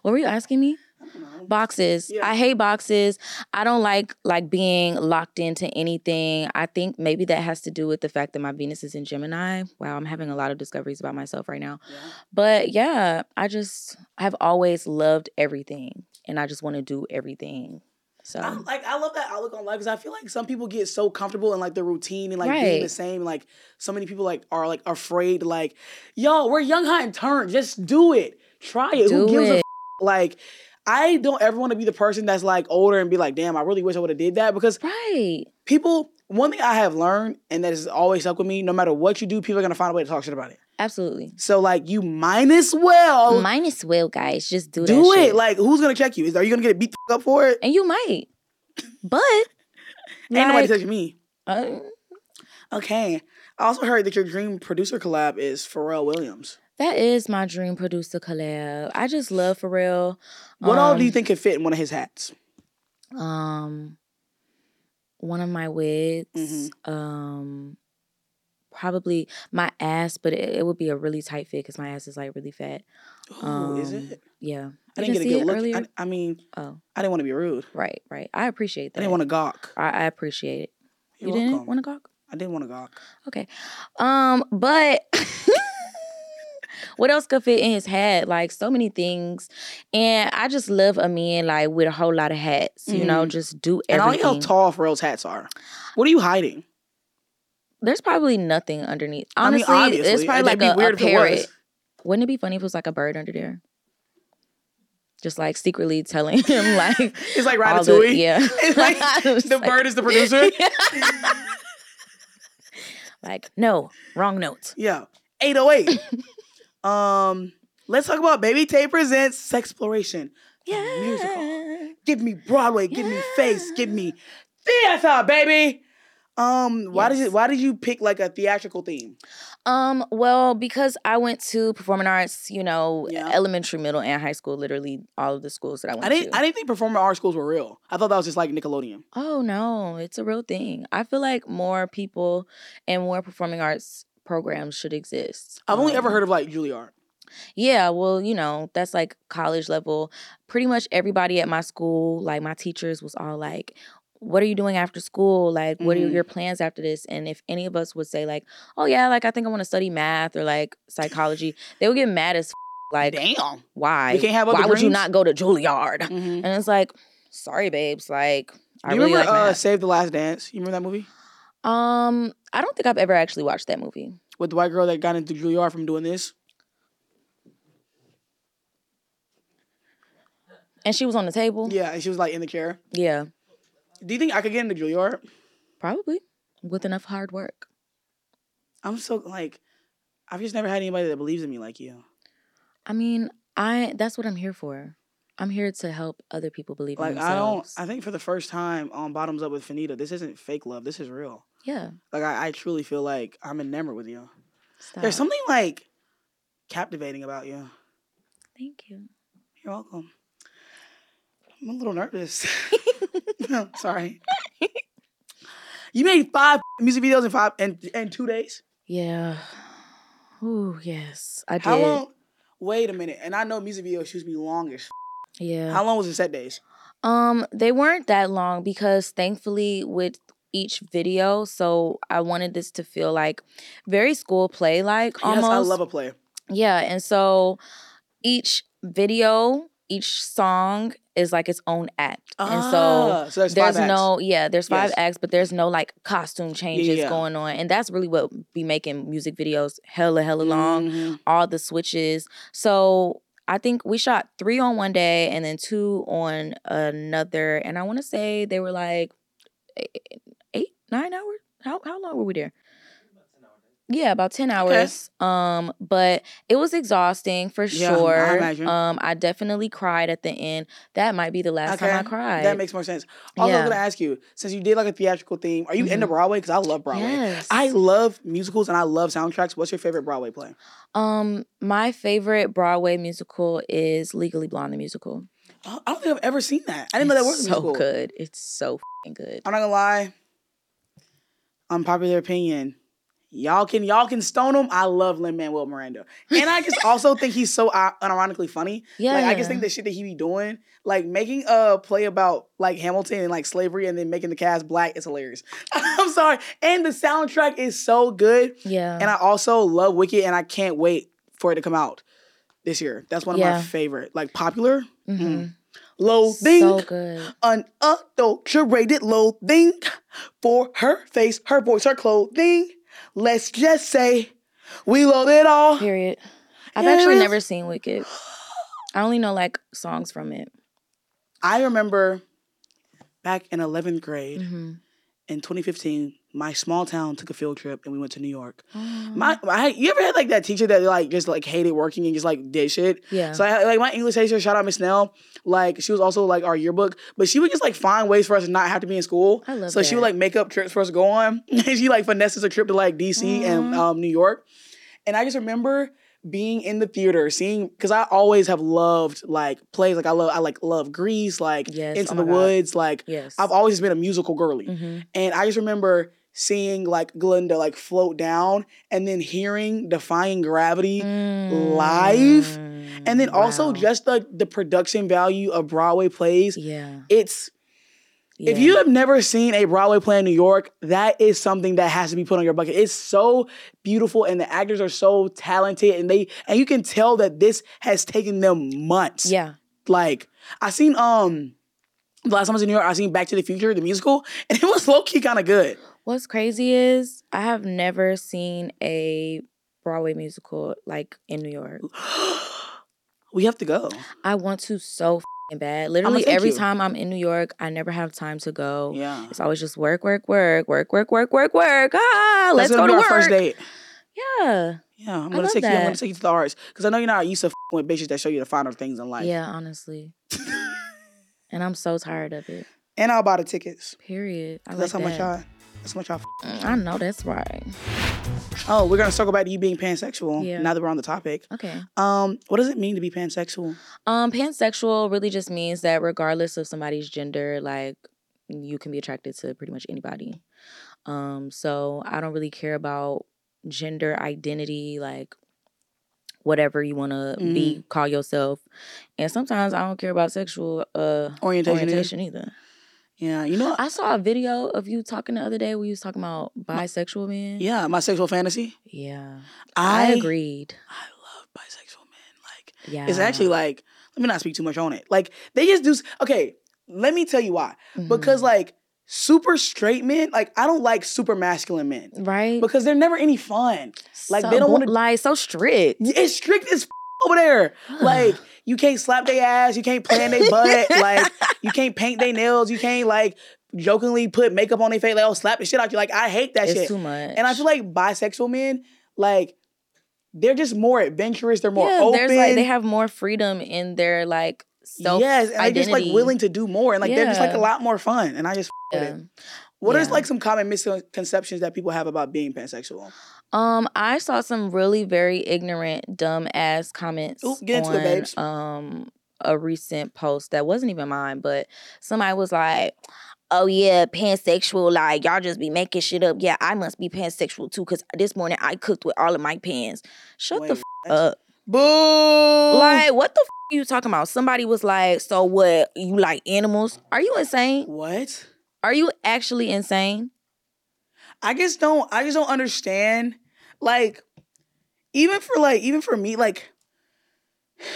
what were you asking me?
I don't know.
boxes.
Yeah.
I hate boxes. I don't like like being locked into anything. I think maybe that has to do with the fact that my Venus is in Gemini. Wow, I'm having a lot of discoveries about myself right now.
Yeah.
But yeah, I just I've always loved everything and I just want to do everything. So
I, like I love that outlook on life because I feel like some people get so comfortable in like their routine and like being
Right.
the same. Like so many people like are like afraid. Like, yo, we're young, hot, and turned. Just do it. Try it.
Do
Who gives a
it.
f-? like? I don't ever want to be the person that's like older and be like, damn, I really wish I would have did that because
right.
people. One thing I have learned and that has always stuck with me, no matter what you do, people are gonna find a way to talk shit about it.
Absolutely.
So like, you might as well
Mine is well, guys. Just do,
oh, do
that
it.
shit.
Like, who's gonna check you? Is are you gonna get beat the f- up for it?
and you might. But
Ain't nobody
like,
touching me.
uh,
Okay. I also heard that your dream producer collab is Pharrell Williams.
that is my dream producer collab. I just love Pharrell.
What all do
Um,
you think could fit in one of his hats?
um one of my wigs
Mm-hmm.
um probably my ass but it, it would be a really tight fit because my ass is like really fat
Ooh, is
um,
it?
yeah
I
you
didn't get a
see
good
it
look.
earlier?
I, I mean,
oh
I didn't want to be rude.
right right i appreciate
I
that
didn't want to gawk.
I, I appreciate it
You're
you didn't
welcome.
want to gawk
I didn't want to gawk.
um but what else could fit in his hat like so many things and i just love a man like with a whole lot of hats you know
Mhm.
just do
And I
everything
like how tall Pharrell's hats are. What are you hiding?
There's probably nothing underneath.
I mean,
Honestly, it's
obviously.
probably
That'd
like
be
a,
weird
a
if it was.
parrot. Wouldn't it be funny if it was like a bird under there? Just like secretly telling him like
It's like
all
Ratatouille.
the, yeah.
It's like
Just
the
like-
bird is the producer.
like, no, wrong note.
yeah. 808. um, let's talk about Baby Tay Presents Sexploration. the
Yeah.
musical. Give me Broadway, give me face, give me theater, baby. Um, why did
Yes.
you why did you pick like a theatrical theme?
Um, well, because I went to performing arts, you know,
Yeah.
elementary, middle, and high school, literally all of the schools that I went
I didn't
to.
I didn't think performing art schools were real. I thought that was just like Nickelodeon.
Oh no, it's a real thing. I feel like more people and more performing arts programs should exist.
I've only
Um,
ever heard of like Juilliard.
Yeah, well, you know, that's like college level. Pretty much everybody at my school, like my teachers was all like, what are you doing after school? Like, what are
Mhm.
your plans after this? And if any of us would say like, "Oh yeah, like I think I want to study math or like psychology," they would get mad as f- like,
Damn.
"Why?
You can't have
Why
other
would you
dreams?
not go to Juilliard?"
Mhm.
And it's like, "Sorry, babes, like I
Do you
really
remember
like
uh,
math."
Save the Last Dance? You remember that movie?
Um, I don't think I've ever actually watched that movie.
With the white girl that got into Juilliard from doing this?
And she was on the table.
Yeah, and she was like in the chair.
yeah
Do you think I could get into Juilliard?
probably with enough hard work.
I'm so like I've just never had anybody that believes in me like you.
I mean, I that's what I'm here for. I'm here to help other people believe
Like
in
I don't
themselves.
I think for the first time on Bottoms Up with Finita, this isn't fake love, this is real.
yeah.
Like I, I truly feel like I'm enamored with you.
Stop.
There's something like captivating about you.
Thank you.
You're welcome. I'm a little nervous. Sorry. You made five music videos in five and and two days.
Yeah. Oh yes, I
How
did.
long? Wait a minute. And I know music video shoots me longest.
Yeah.
How long was the set days?
Um, they weren't that long because thankfully with each video, so I wanted this to feel like very school play like almost.
Yes, I love a play.
Yeah, and so each video each song is like its own act. and so
Ah, so there's,
there's
five acts.
no yeah, there's five
Yes.
acts, but there's no like costume changes
yeah.
going on. And that's really what be making music videos hella, hella long.
Mhm.
all the switches. So I think we shot three on one day and then two on another. And I want to say they were like eh, eight, nine hours. How how long were we there? Yeah, about ten hours. Um, but it was exhausting for
Yeah, I
sure.
imagine.
Um, I definitely cried at the end. That might be the last time I
Okay,
cried.
That makes more sense. Also,
Yeah.
I'm gonna ask you since you did like a theatrical theme, are you into
Mhm.
Broadway? Because I love Broadway.
Yes.
I love musicals and I love soundtracks. What's your favorite Broadway play?
um my favorite Broadway musical is Legally Blonde the musical.
Oh, I don't think I've ever seen that. I didn't know that
It's
was a
so
musical.
good. It's so fing good.
I'm not gonna lie. Unpopular opinion. Y'all can y'all can stone him. I love Lin Manuel Miranda, and I just also think he's so uh, unironically funny.
Yeah.
Like I just think the shit that he be doing, like making a play about like Hamilton and like slavery, and then making the cast black is hilarious. I'm sorry, and the soundtrack is so good,
Yeah.
and I also love Wicked, and I can't wait for it to come out this year. That's one of my
Yeah.
favorite, like popular, Mm-hmm.
hmm
loathing,
So good.
unadulterated loathing for her face, her voice, her clothing. Let's just say we loathe it all.
Period. I've
Yeah, it
actually
is.
never seen Wicked. I only know like songs from it.
I remember back in 11th grade.
Mm-hmm.
in 2015, my small town took a field trip and we went to New York. My,
Mm-hmm.
my you ever had like that teacher that like just like hated working and just like did shit?
yeah.
So I had, like my English teacher, shout out Miss Nell, like she was also like our yearbook, but she would just like find ways for us to not have to be in school.
I love
So she would
that.
like make up trips for us to go on. and she like finesses a trip to like DC and
Aw.
um, New York. And I just remember being in the theater, seeing because I always have loved like plays. Like I love I like love Grease, like
Yes,
Into
oh
the
my God.
Woods, like
yes.
I've always been a musical girly.
hmm
And I just remember seeing like Glinda like float down and then hearing Defying Gravity. live, And then also
Mm-hmm.
just like the production value of Broadway plays.
yeah.
It's if
yeah.
you have never seen a Broadway play in New York, that is something that has to be put on your bucket. It's so beautiful and the actors are so talented and they and you can tell that this has taken them months.
yeah.
Like I seen um the last time I was in New York, I seen Back to the Future, the musical, and it was low-key kind of good.
What's crazy is I have never seen a Broadway musical like in New York.
we have to go.
I want to so fing bad. Literally
take
every
Oh you.
time I'm in New York, I never have time to go.
Yeah.
It's always just work, work, work, work, work, work, work, work. Ah, let's
That's
go to
gonna be
work.
our first date.
Yeah.
Yeah, I'm
I
gonna
love
take you. I'm gonna
that.
take you to the arts because I know you're not used to f- with bitches that show you the finer things in life.
Yeah, honestly. and I'm so tired of it.
And I'll buy the tickets.
Period. I like
'Cause that's how much
that.
y'all. That's how much y'all. F-
Mm, I know that's right.
oh, we're gonna circle back to you being pansexual.
Yeah.
Now that we're on the topic,
Okay.
um, what does it mean to be pansexual?
Um, pansexual really just means that regardless of somebody's gender, like you can be attracted to pretty much anybody. Um, so I don't really care about gender identity, like whatever you want to be,
Mm.
call yourself. And sometimes I don't care about sexual uh
Orientation. is-
orientation either.
Yeah, you know.
I saw a video of you talking the other day where you was talking about bisexual men.
yeah, my sexual fantasy.
Yeah. I,
I,
agreed.
I love bisexual men. Like
Yeah.
it's actually like. Let me not speak too much on it. Like they just do. s- Okay, let me tell you why.
Mhm.
Because like super straight men, like I don't like super masculine men.
Mm-hmm. right?
because they're never any fun. like,
so,
they don't
bu-
wanna-
like so strict.
It's strict as f- over there. Like you can't slap their ass, you can't plan their butt, like you can't paint their nails, you can't like jokingly put makeup on their face, like oh slap the shit out you. Like I hate that
it's
shit.
too much.
And I feel like bisexual men, like they're just more adventurous, they're more
yeah,
open.
there's like they have more freedom in their like self.
yes, and they're just like
identity.
willing to do more, and like they're just like a
Yeah.
lot more fun. And I just f- with
Yeah.
it. What are
Yeah.
like some common misconceptions that people have about being pansexual?
Um, I saw some really very ignorant, dumb ass comments
Ooh, get into
on
it, babes.
um a recent post that wasn't even mine, but somebody was like, "Oh yeah, pansexual, like y'all just be making shit up." Yeah, I must be pansexual too, cause this morning I cooked with all of my pans. Shut the
Wait,
f-
what?
up.
Boo!
Like, what the f- are you talking about? Somebody was like, "So what? You like animals? Are you insane?
what?
Are you actually insane?"
I just don't I just don't understand like even for like even for me like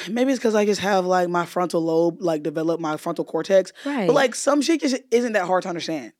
Maybe it's because I just have like my frontal lobe, like develop my frontal cortex.
Right.
But like some shit just isn't that hard to understand.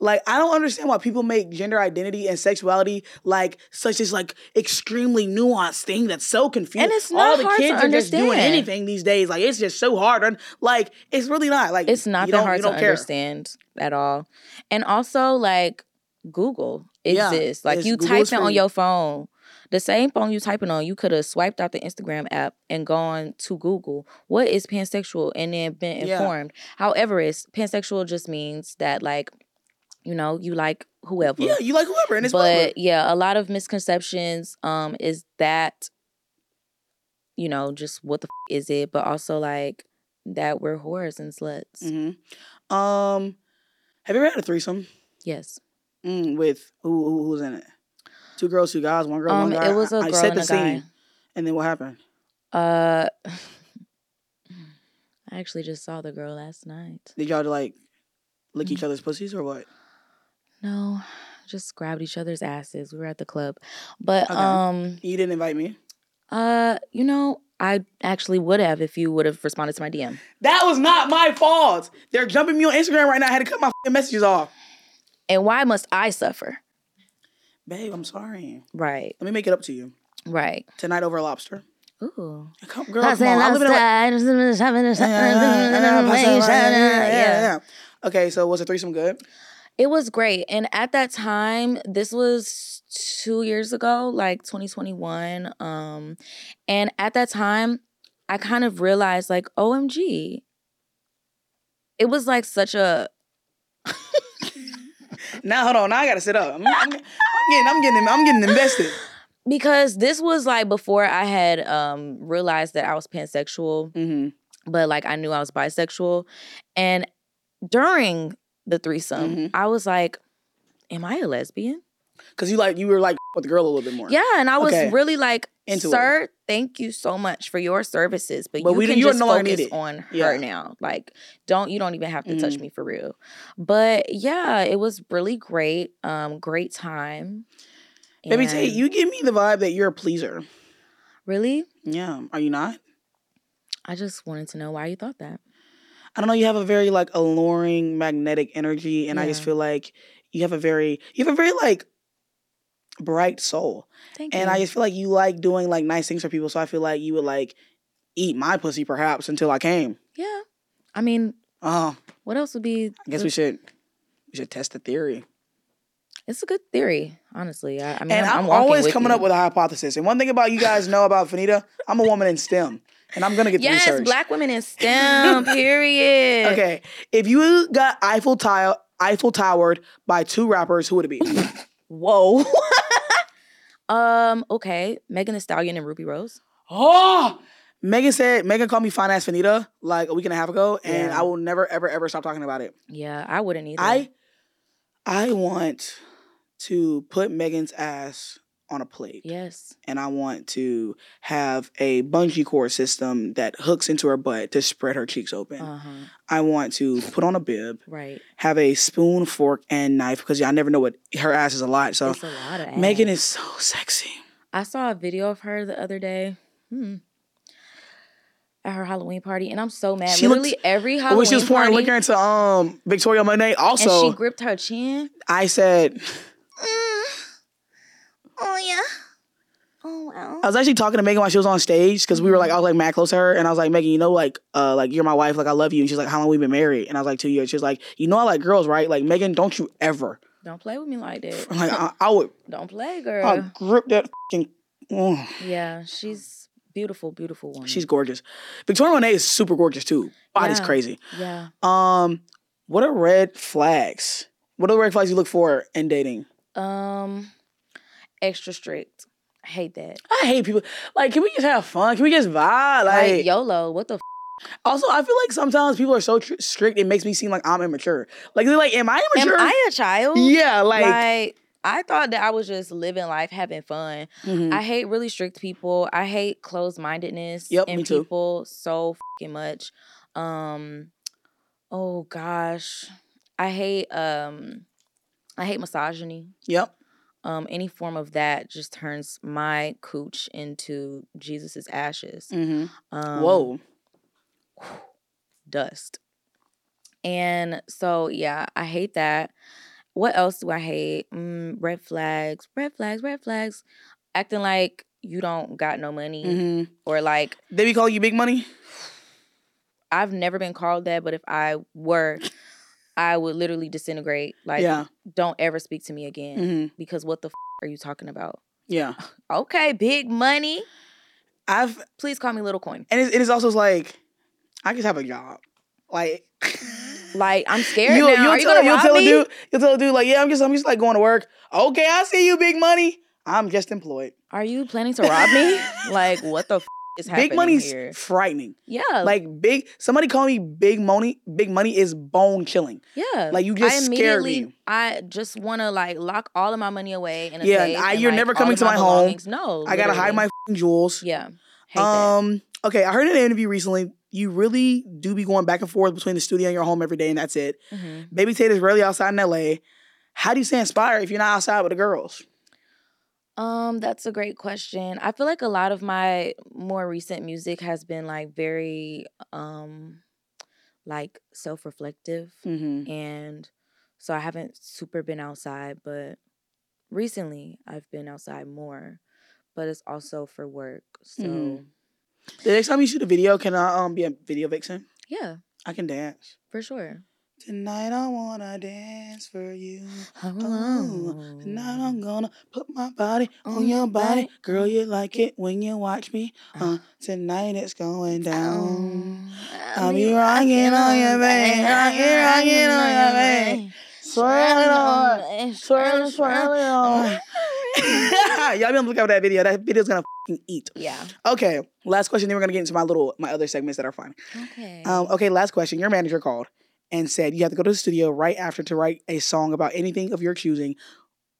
Like I don't understand why people make gender identity and sexuality like such this like extremely nuanced thing that's so confusing.
And it's not
All the
hard to
kids are just doing
understand.
anything these days. Like it's just so hard. And like it's really not. Like
it's not
you
that
don't-
hard
you
to
don't care.
understand at all. And also, like Google
Yeah,
exists. like
it's-
you
Google's
typed it on
free.
your phone. The same phone you typing on, you could have swiped out the Instagram app and gone to Google. What is pansexual? And then been
Yeah.
informed. However, it's pansexual just means that like, you know, you like whoever
Yeah, you like whoever, and it's
but
whatever.
yeah, a lot of misconceptions um is that you know, just what the f- is it, but also like that we're whores and sluts.
Mhm. Um, have you ever had a threesome
Yes.
mm, with who, who? Who's in it? Two girls, two guys, one girl,
Um
one guy.
it was a
I- I
girl
set
and
the
a guy.
scene, and then what happened?
Uh I actually just saw the girl last night.
Did y'all like lick each other's pussies or what?
No, just grabbed each other's asses. We were at the club. But
Okay.
um
You didn't invite me.
uh you know, I actually would have if you would have responded to my DM.
That was not my fault. They're jumping me on Instagram right now. I had to cut my fing messages off.
And why must I suffer?
Babe, I'm sorry.
Right.
Let me make it up to you
Right.
tonight over lobster.
Ooh.
Come, girl, come on. I live in a-
Yeah.
Okay, so was the threesome good?
It was great. And at that time, this was two years ago, like 2021. Um, and at that time, I kind of realized like, OMG. It was like such a
Now hold on, now I gotta sit up. I'm, I'm, I'm getting, I'm getting, I'm getting invested.
because this was like before I had um realized that I was pansexual.
Mm-hmm.
but like I knew I was bisexual. And during the threesome,
Mhm.
I was like, Am I a lesbian?
Cause you like, you were like with the girl a little bit more.
Yeah. And I was
Okay.
really like,
Into it.
Sir, thank you so much for your services. But,
But
you
we-
can
you
just
no longer need
focus
it.
on her
Yeah.
now. Like, don't you don't even have to touch
Mhm.
me for real. But yeah, it was really great. Um, great time.
Baby Tate,
And
you give me the vibe that you're a pleaser.
really?
Yeah. Are you not?
I just wanted to know why you thought that.
I don't know. You have a very like alluring, magnetic energy, and I just
Yeah.
feel like you have a very, you have a very like bright soul,
Thank
and
you.
I just feel like you like doing like nice things for people. So I feel like you would like eat my pussy perhaps until I came.
yeah. I mean,
Oh,
what else would be
I guess we should, we should test the theory.
It's a good theory, honestly. I, I mean,
and
I'm,
I'm,
I'm walking
always
with
coming
you.
up with a hypothesis. And one thing about you guys know about Fanita, I'm a woman in STEM, and I'm gonna get the
yes,
research.
black women in STEM. period.
Okay, if you got Eiffel tile Eiffel Towered by two rappers, who would it be?
Whoa. um. Okay. Megan Thee Stallion and Ruby Rose.
oh, Megan said Megan called me fine ass Fanita like a week and a half ago, and
Yeah.
I will never ever ever stop talking about it.
Yeah, I wouldn't either.
I I want to put Megan's ass on a plate.
yes.
and I want to have a bungee cord system that hooks into her butt to spread her cheeks open.
Uh huh.
I want to put on a bib,
Right.
have a spoon, fork, and knife because y'all never know what her ass is a lot. So
It's a lot of.
Megan
ass.
is so sexy.
I saw a video of her the other day. Hmm. At her Halloween party, and I'm so mad.
She
Literally
looks-
every Halloween
When she was pouring
party,
liquor into um Victoria Monet,
and
also
she gripped her chin.
I said
Oh yeah. Oh wow.
I was actually talking to Megan while she was on stage because we were
Mhm.
like I was like mad close to her and I was like Megan, you know like uh like you're my wife, like I love you. And she's like, how long we been married? And I was like two years. She was like, you know I like girls, right? Like Megan, don't you ever.
Don't play with me like that.
I'm like I, I would
Don't play, girl.
I grip that fucking. Mm.
Yeah, she's beautiful, beautiful woman.
She's gorgeous. Victoria Monet is super gorgeous too. Body's
Yeah.
crazy.
yeah.
Um, what are red flags? What are the red flags you look for in dating?
Um, extra strict. I hate that.
I hate people. Like, can we just have fun? Can we just vibe?
Like,
Like,
YOLO. What the? F-
also, I feel like sometimes people are so tr- strict. It makes me seem like I'm immature. Like, they're like, "Am I
am
immature?"
I a child?
yeah, like,
Like, I thought that I was just living life, having fun.
mhm.
I hate really strict people. I hate closed mindedness
Yep,
in
me too.
people so fucking much. Um, oh gosh, I hate um, I hate misogyny.
yep.
um, any form of that just turns my cooch into Jesus's ashes.
Mm-hmm.
Um,
Whoa.
dust. And so, yeah, I hate that. What else do I hate? Mm, red flags, red flags, red flags. Acting like you don't got no money
Mm-hmm.
or like
They be calling you big money?
I've never been called that, but if I were, I would literally disintegrate. Like,
yeah.
don't ever speak to me again
Mm-hmm.
because what the f- are you talking about?
Yeah.
Okay, big money.
I've
Please call me Little Coin.
and it's, it is also like I just have a job. Like
Like, I'm scared now.
you'll
are you
tell-
gonna
you'll
rob
tell
me?
a dude, you'll tell a dude like, yeah, I'm just I'm just like going to work. Okay, I see you, big money. I'm just employed.
Are you planning to rob me? like, what the f- is happening
big money's
here? Oh.
frightening.
Yeah,
Like big somebody call me big money. Big money is bone chilling.
yeah.
Like you just
I
scared
immediately,
me.
I just want to like lock all of my money away in a
Yeah,
safe
I-
and,
you're
like,
never
all
coming
of
to my home.
belongings. No,
I gotta hide my
literally.
f***ing jewels.
yeah. Hate that.
Um. Okay, I heard in an interview recently. You really do be going back and forth between the studio and your home every day, and that's it.
Mhm.
Baby Tate is rarely outside in LA. How do you stay inspired if you're not outside with the girls?
Um, that's a great question. I feel like a lot of my more recent music has been like very um like self-reflective
Mm-hmm.
and so I haven't super been outside, but recently I've been outside more, but it's also for work. So,
Mhm. The next time you shoot a video, can I um be a video vixen?
yeah,
I can dance.
for sure.
Tonight I wanna dance for you.
Home
Alone. Tonight I'm gonna put my body on,
On
your
your
body.
body.
Girl, you like it when you watch me. Uh,
Uh.
tonight it's going down.
down.
I'll be rocking on your bed, rocking, rocking on your bed. Swirl it on. Swirl, swirl it on. Y'all be on the lookout for that video. That video's gonna fing eat.
Yeah.
Okay, last question. Then we're gonna get into my little, my other segments that are fun.
Okay.
Um, okay, last question. Your manager called and said you have to go to the studio right after to write a song about anything of your choosing.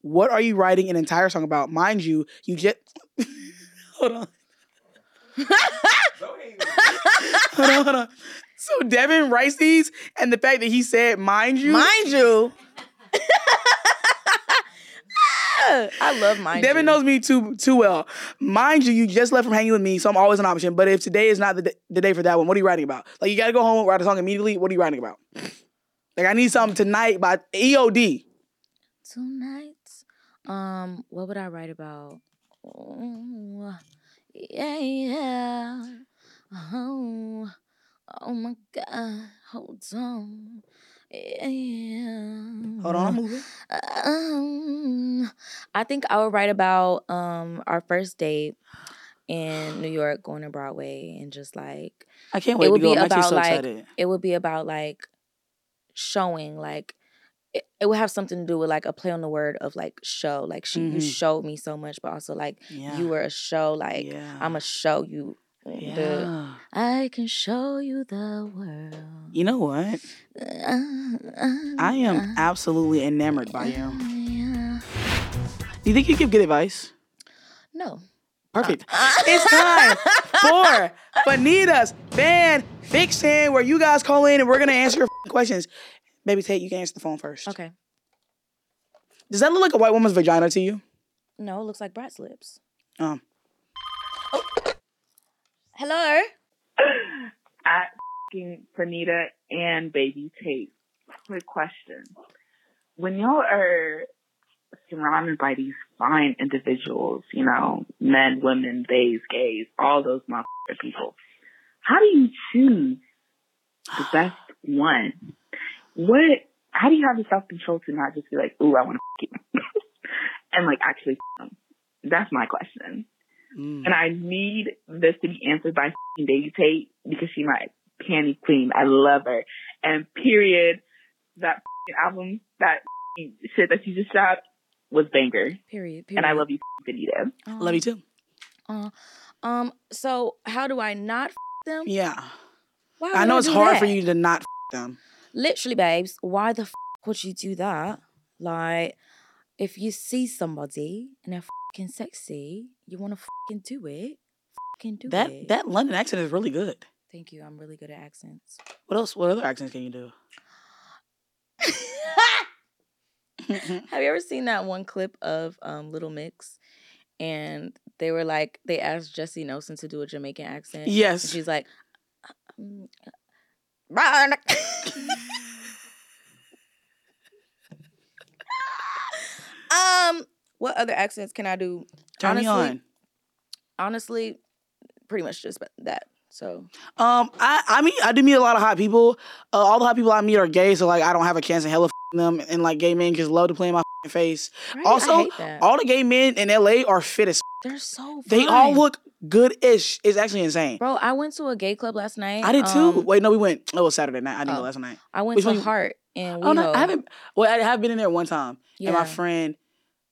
What are you writing an entire song about? Mind you, you just hold on, hold on, hold on. So Devin writes these, and the fact that he said, "Mind you,"
mind you. Ah, I love mind
Devin
you.
knows me too too well. Mind you, you just left from hanging with me, so I'm always an option. But if today is not the, d- the day for that one, what are you writing about? Like you gotta go home, write a song immediately. What are you writing about? Like I need something tonight by E EOD.
Tonight, um, what would I write about? Ooh, yeah, yeah. Oh, oh my God. Hold on. Yeah, yeah.
Hold on, I'm moving.
Um, I think I would write about um our first date in New York, going to Broadway, and just like
I can't
It
wait to
would
go.
be
I'm actually
about,
so
like,
excited.
it would be about like showing like it, it would have something to do with like a play on the word of like show like she you
Mhm.
showed me so much but also like
Yeah.
you were a show like
yeah.
i'm a show you the,
yeah.
i can show you the world
You know what? I am absolutely
Uh,
enamored by you.
you
Do you think you give good advice?
no
Perfect. it's time for Fanita's Fan Fiction, where you guys call in and we're gonna answer your f***ing questions. Baby Tate, you can answer the phone first.
okay
Does that look like a white woman's vagina to you?
no it looks like brat's lips
Um,
hello
at fucking Panita and Baby Tate. Quick question. When y'all are surrounded by these fine individuals, you know, men, women, theys, gays, all those motherfucking people, how do you choose the best one? What, how do you have the self control to not just be like, ooh, I want to fuck you? and like actually f- them? That's my question.
mm.
And I need this to be answered by f***ing Baby Tate because she my candy queen. I love her. And period, that f***ing album, that f***ing shit that you just shot was banger.
period period
And I love you, f***ing Benita.
um,
Love you too.
um so how do i not f- them
Yeah.
Why
I
would
know it's
do
hard for
that?
you to not f- them.
literally, babes, why the f- would you do that? Like, if you see somebody and they're fucking sexy, you want to fucking do it. Fucking do
That
it.
that London accent is really good.
Thank you. I'm really good at accents.
What else? What other accents can you do?
Have you ever seen that one clip of um, Little Mix? And they were like, they asked Jesse Nelson to do a Jamaican accent. And
yes.
she's like, um, run. um, what other accents can I do?
Turn me
honestly-
on.
Honestly, pretty much just that. So
Um, I, I mean, I do meet a lot of hot people. Uh, all the hot people I meet are gay, so like I don't have a chance in hell of f***ing them. And like gay men just love to play in my f***ing face.
Right?
Also,
I hate that.
All the gay men in LA are fit as. f***.
they're so
They all
fine.
look good ish. It's actually insane.
Bro, I went to a gay club last night.
I did too.
Um,
Wait, no, we went. Oh, it was Saturday night. I didn't
oh.
go last night.
I went
which one
to
you-
Heart and
Oh no, I haven't. Well, I have been in there one time,
Yeah.
and my friend,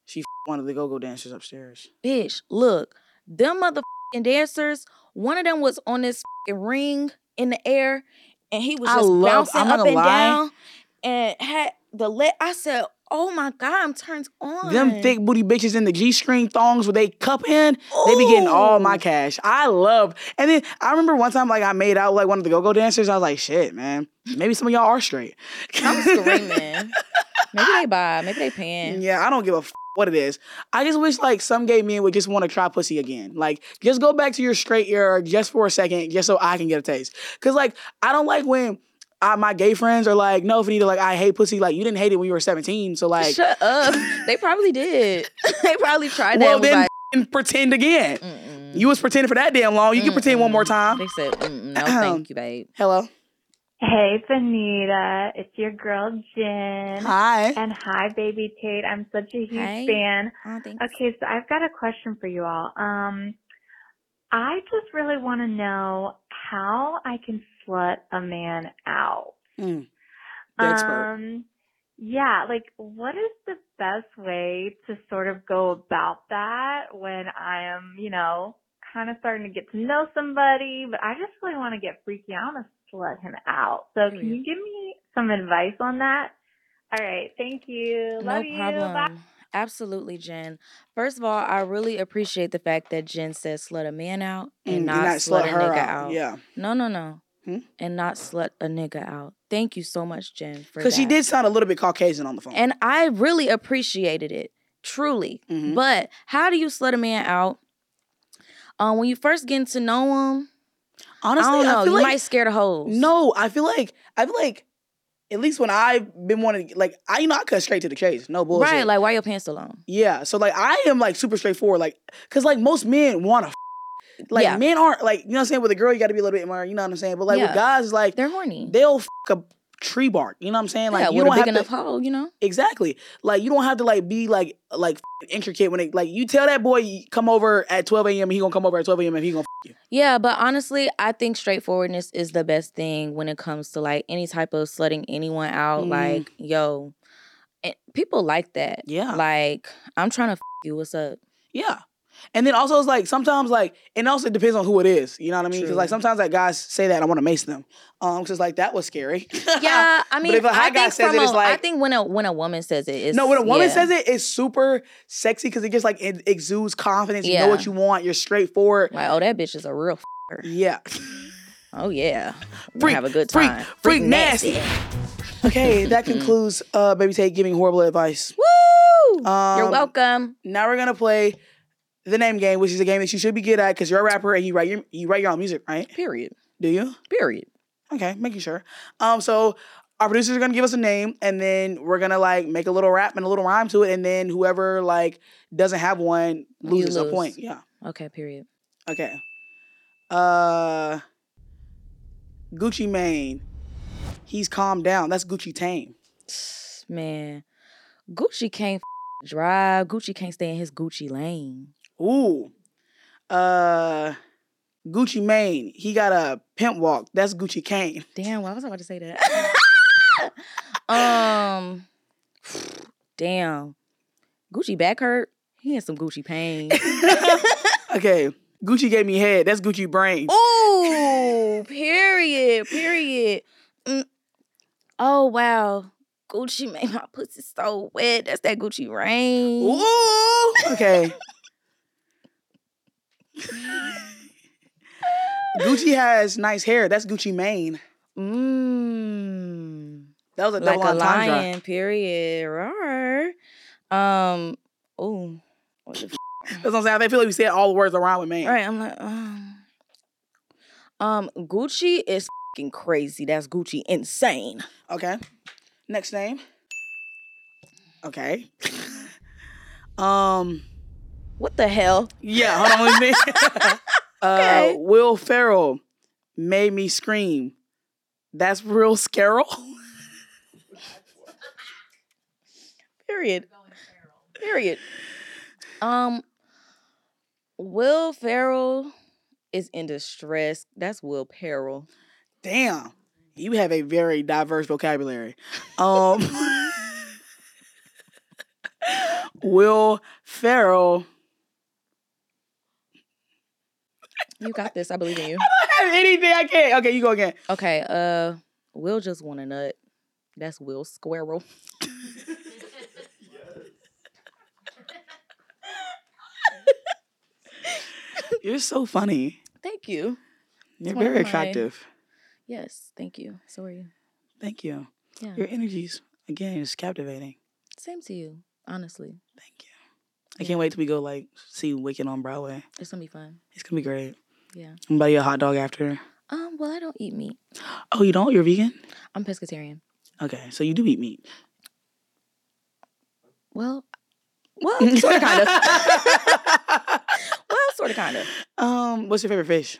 she f- one of the go-go dancers upstairs.
bitch, look, them motherfucking dancers, one of them was on this fing ring in the air and he was
I
just
love-
bouncing
I'm not
up
gonna
and
lie.
down and had the leg. I said, oh my God, I'm turned on.
Them thick booty bitches in the G-string thongs with they cup in, they be getting all my
Ooh.
cash. I love. And then I remember one time, like I made out with, like one of the go-go dancers. I was like, shit, man, maybe some of y'all are straight.
I'm screaming. maybe they buy, maybe they pan.
Yeah, I don't give a f- what it is. I just wish like some gay men would just want to try pussy again. Like just go back to your straight era just for a second, just so I can get a taste. Cause like I don't like when I, my gay friends are like, no, Fanita, like I hate pussy. Like you didn't hate it when you were 17, so like,
Shut up. they probably did. they probably tried that.
well
and was
then
like,
f***ing pretend again.
Mm-mm.
You was pretending for that damn long. You can pretend one more
Mm-mm.
time.
They said, Mm-mm,
Uh-huh.
no, thank you, babe.
Hello.
Hey, Benita. It's your girl, Jen.
Hi.
And hi, baby Tate. I'm such a huge
Hey.
fan.
Oh, thank
Okay, so I've got a question for you all. Um, I just really want to know how I can slut a man out.
Mm. The expert.
Um, yeah, like what is the best way to sort of go about that when I am, you know, kind of starting to get to know somebody, but I just really want to get freaky. I want to slut him out. So can you give me some advice on that? All right. Thank you.
no
Love you.
problem.
Bye.
Absolutely, Jen. First of all, I really appreciate the fact that Jen said slut a man out and
Mm,
not, slut, a nigga out.
Yeah.
No, no, no.
Hmm?
And not slut a nigga out. Thank you so much, Jen, for
Because she
that.
did sound a little bit Caucasian on the phone.
And I really appreciated it, truly.
Mhm.
But how do you slut a man out? Um, when you first get to know him,
Honestly,
I don't know.
feel
you
like
might scare the hoes.
No, I feel like I feel like at least when I've been wanting like I you know I cut straight to the chase. No bullshit.
right? Like, why your pants so long?
yeah. So like I am like super straightforward. Like cause like most men wanna f- like
Yeah.
men aren't like you know what I'm saying with a girl you gotta be a little bit more, you know what I'm saying? But like
Yeah.
with guys like
They're horny.
they'll f- a tree bark. You know what I'm saying? Like
yeah,
you
with
don't
a big
have
enough
to
hole, you know.
Exactly. Like you don't have to like be like like f- intricate when it like you tell that boy you come over at 12 a.m. he gonna come over at 12 a.m. and he gonna f- you.
Yeah, but honestly, I think straightforwardness is the best thing when it comes to like any type of slutting anyone out.
Mm.
Like, yo, and people like that.
Yeah.
Like, I'm trying to f- you. What's up?
Yeah. And then also it's like sometimes like and also it depends on who it is. You know what I mean? Because
True.
like sometimes like guys say that I want to mace them. Um, because like that was scary.
Yeah, I mean,
if a
I
hot guy
think
says
from
it,
a-
it's
I
like-
think when a when a woman says it, it's
no, when a woman
yeah.
says it, it's super sexy because it just like it exudes confidence. You
Yeah.
know what you want. You're straightforward.
like, oh, that bitch is a real. F-
Yeah.
oh yeah, we
Freak,
have a good
freak,
time.
freak nasty. Okay,
Mm-hmm.
that concludes uh Baby Tate giving horrible advice.
Woo! You're
Um,
welcome.
Now we're gonna play the name game, which is a game that you should be good at because you're a rapper and you write your you write your own music, right?
Period.
Do you?
Period.
Okay, making sure. Um, so our producers are gonna give us a name, and then we're gonna like make a little rap and a little rhyme to it, and then whoever like doesn't have one loses a
lose.
point. Yeah.
Okay. Period.
Okay. Uh, Gucci Mane. He's calmed down. That's Gucci Tame.
Man, Gucci can't f- drive. Gucci can't stay in his Gucci lane.
Ooh. Uh, Gucci Mane. He got a pimp walk. That's Gucci Kane.
Damn, why was I about to say that? um, damn, Gucci back hurt. He in some Gucci pain.
Okay. Gucci gave me head. That's Gucci Brain.
Ooh, period, period. Mm. Oh wow, Gucci made my pussy so wet. That's that Gucci rain.
Ooh. Okay. Gucci has nice hair. That's Gucci Mane.
Mmm,
That was a
like
double
a
entendre.
lion. Period. Rawr. Um. Oh. What the
That's what I'm saying. I feel like we said all the words around with man.
Right. I'm like, um, um Gucci is fing crazy. That's Gucci insane.
Okay. Next name. Okay. um.
What the hell?
Yeah. Hold on. Let me. uh,
Okay.
Will Ferrell made me scream. That's real scarrel.
Period. Period. Um, Will Ferrell is in distress. That's Will Ferrell.
Damn. You have a very diverse vocabulary. Um. Will Ferrell.
You got this. I believe in you.
I have anything I can. Okay, you go again.
Okay. Uh, Will just want a nut. That's Will Squirrel.
You're so funny.
Thank you.
You're
one of
very
my-
attractive.
Yes. Thank you. So are you.
Thank you.
Yeah.
Your energy's again is captivating.
Same to you. Honestly,
Thank you. I can't wait till we go like see Wicked on Broadway.
it's gonna be fun.
It's gonna be great.
Yeah.
I'm gonna buy you a hot dog after.
Um. Well, I don't eat meat.
Oh, you don't? You're vegan?
I'm pescatarian.
Okay, so you do eat meat.
Well, well, sort of, kind of. Well, sort of, kind of.
um, what's your favorite fish?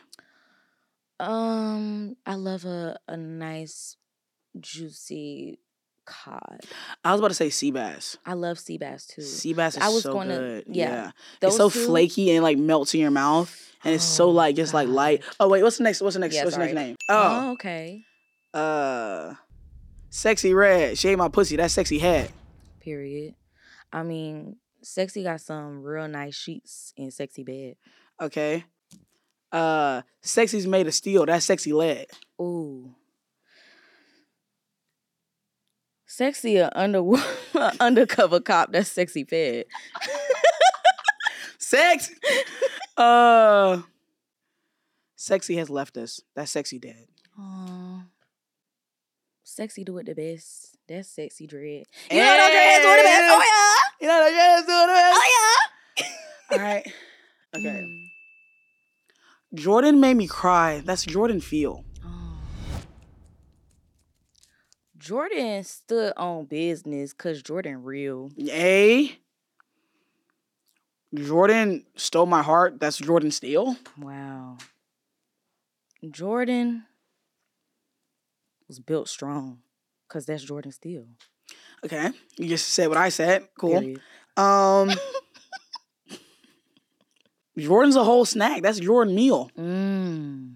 Um, I love a a nice, juicy cod.
I was about to say sea bass.
I love sea bass too.
Sea bass is
Mm. I was
so
gonna-
good.
yeah.
it's so
two-
flaky and like melts in your mouth, and it's so
Oh,
like just like light.
God.
Oh wait, what's the next? What's the next?
Yeah,
what's the next
sorry.
name?
Oh,
Oh,
okay.
uh, sexy red. Shave my pussy. That's sexy hat.
Period. I mean, sexy got some real nice sheets in sexy bed.
Okay. Uh, sexy's made of steel. That's sexy lead.
Ooh. Sexy a under a undercover cop that's sexy fed.
Sex. uh, sexy has left us. That's sexy dead.
Aw. Sexy do it the best. That's sexy dread. You know what dread do it the best. Oh yeah.
You know what I'm doing?
Oh
All right.
yeah.
Okay.
Mm.
Jordan made me cry. That's Jordan feel.
Oh. Jordan stood on business cause Jordan real.
A. Jordan stole my heart. That's Jordan Steele.
Wow. Jordan was built strong because that's Jordan Steele.
Okay. You just said what I said. Cool.
period.
Um Jordan's a whole snack. That's Jordan meal.
Mm.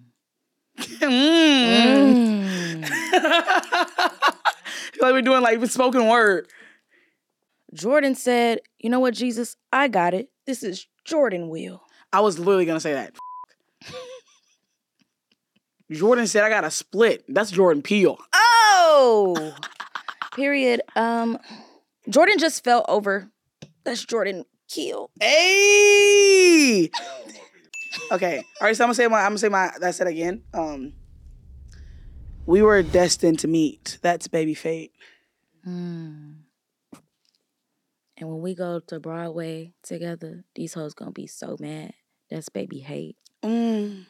Mm.
Mm.
Feel like we're doing like spoken word.
Jordan said, You know what, Jesus? I got it. This is Jordan Will.
I was literally gonna say that. Jordan said I got a split. That's Jordan Peele.
Oh! Period. Um, Jordan just fell over. That's Jordan Keel.
Hey. okay. All right. So I'm gonna say my. I'm gonna say my. That's it again. Um. We were destined to meet. That's baby fate.
Mm. And when we go to Broadway together, these hoes gonna be so mad. That's baby hate.
Mm.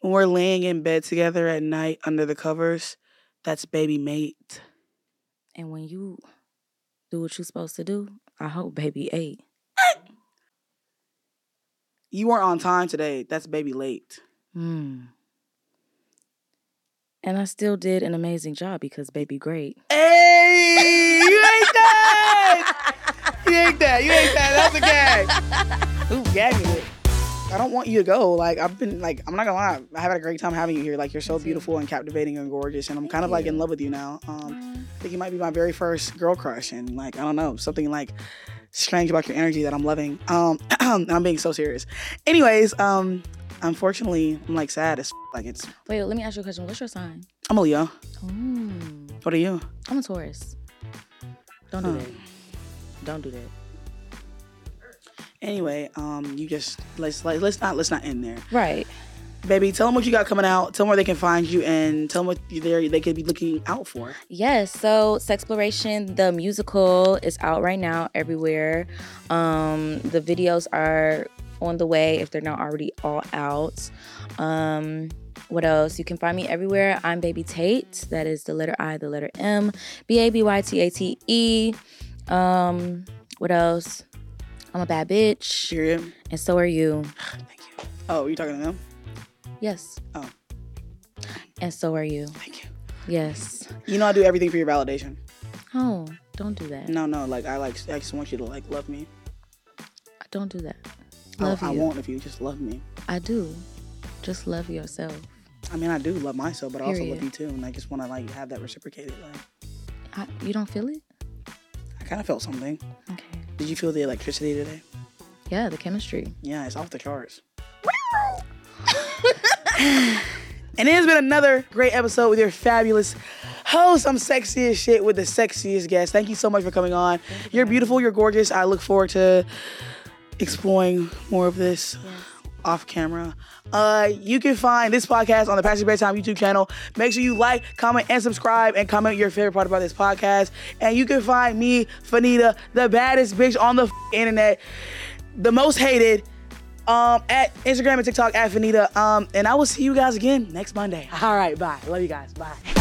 When we're laying in bed together at night under the covers, that's baby mate.
And when you do what you're supposed to do, I hope baby ate.
You weren't on time today. That's baby late.
Mm. And I still did an amazing job because baby great.
Hey, you ain't that. You ain't that. You ain't that. That's a gag. Ooh, gagging it. I don't want you to go. Like I've been like I'm not gonna lie. I had a great time having you here. Like you're so beautiful and captivating and gorgeous, and I'm kind of like in love with you now. Um, I think you might be my very first girl crush, and like I don't know something like strange about your energy that I'm loving. Um, and I'm being so serious. Anyways, um, unfortunately, I'm like sad. It's like it's.
Wait, let me ask you a question. What's your sign?
I'm a Leo.
Mm.
What are you?
I'm a Taurus. Don't do
Huh.
that. Don't do that.
Anyway, um, you just let's like let's not let's not end there.
Right.
Baby, tell them what you got coming out. Tell them where they can find you, and tell them what you there they could be looking out for.
Yes, so Sexploration, the musical, is out right now everywhere. Um, the videos are on the way if they're not already all out. Um, what else? You can find me everywhere. I'm Baby Tate. That is the letter I, the letter M, B A B Y T A T E. Um, what else? I'm a bad bitch,
Period.
and so are you.
Thank you. Oh, you talking to them?
Yes.
Oh.
And so are you.
Thank you.
Yes.
You know I do everything for your validation.
Oh, don't do that.
No, no, like I like I just want you to like love me.
Don't do that.
I-
Love
Oh, I,
you.
won't if you just love me.
I do. Just love yourself.
I mean, I do love myself, but I also love
Period.
you too, and I just want to like have that reciprocated. Like
I, you don't feel it?
I kind of felt something.
Okay.
Did you feel the electricity today?
Yeah, the chemistry.
Yeah, it's off the charts. and it has been another great episode with your fabulous host. I'm sexy as shit with the sexiest guest. Thank you so much for coming on. You're beautiful. You're gorgeous. I look forward to exploring more of this off camera. Uh, you can find this podcast on the Passion Bedtime YouTube channel. Make sure you like, comment, and subscribe, and comment your favorite part about this podcast. And you can find me, Fanita, the baddest bitch on the f- internet, the most hated, um, at Instagram and TikTok at Fanita. Um, and I will see you guys again next Monday. All right, bye. Love you guys. Bye.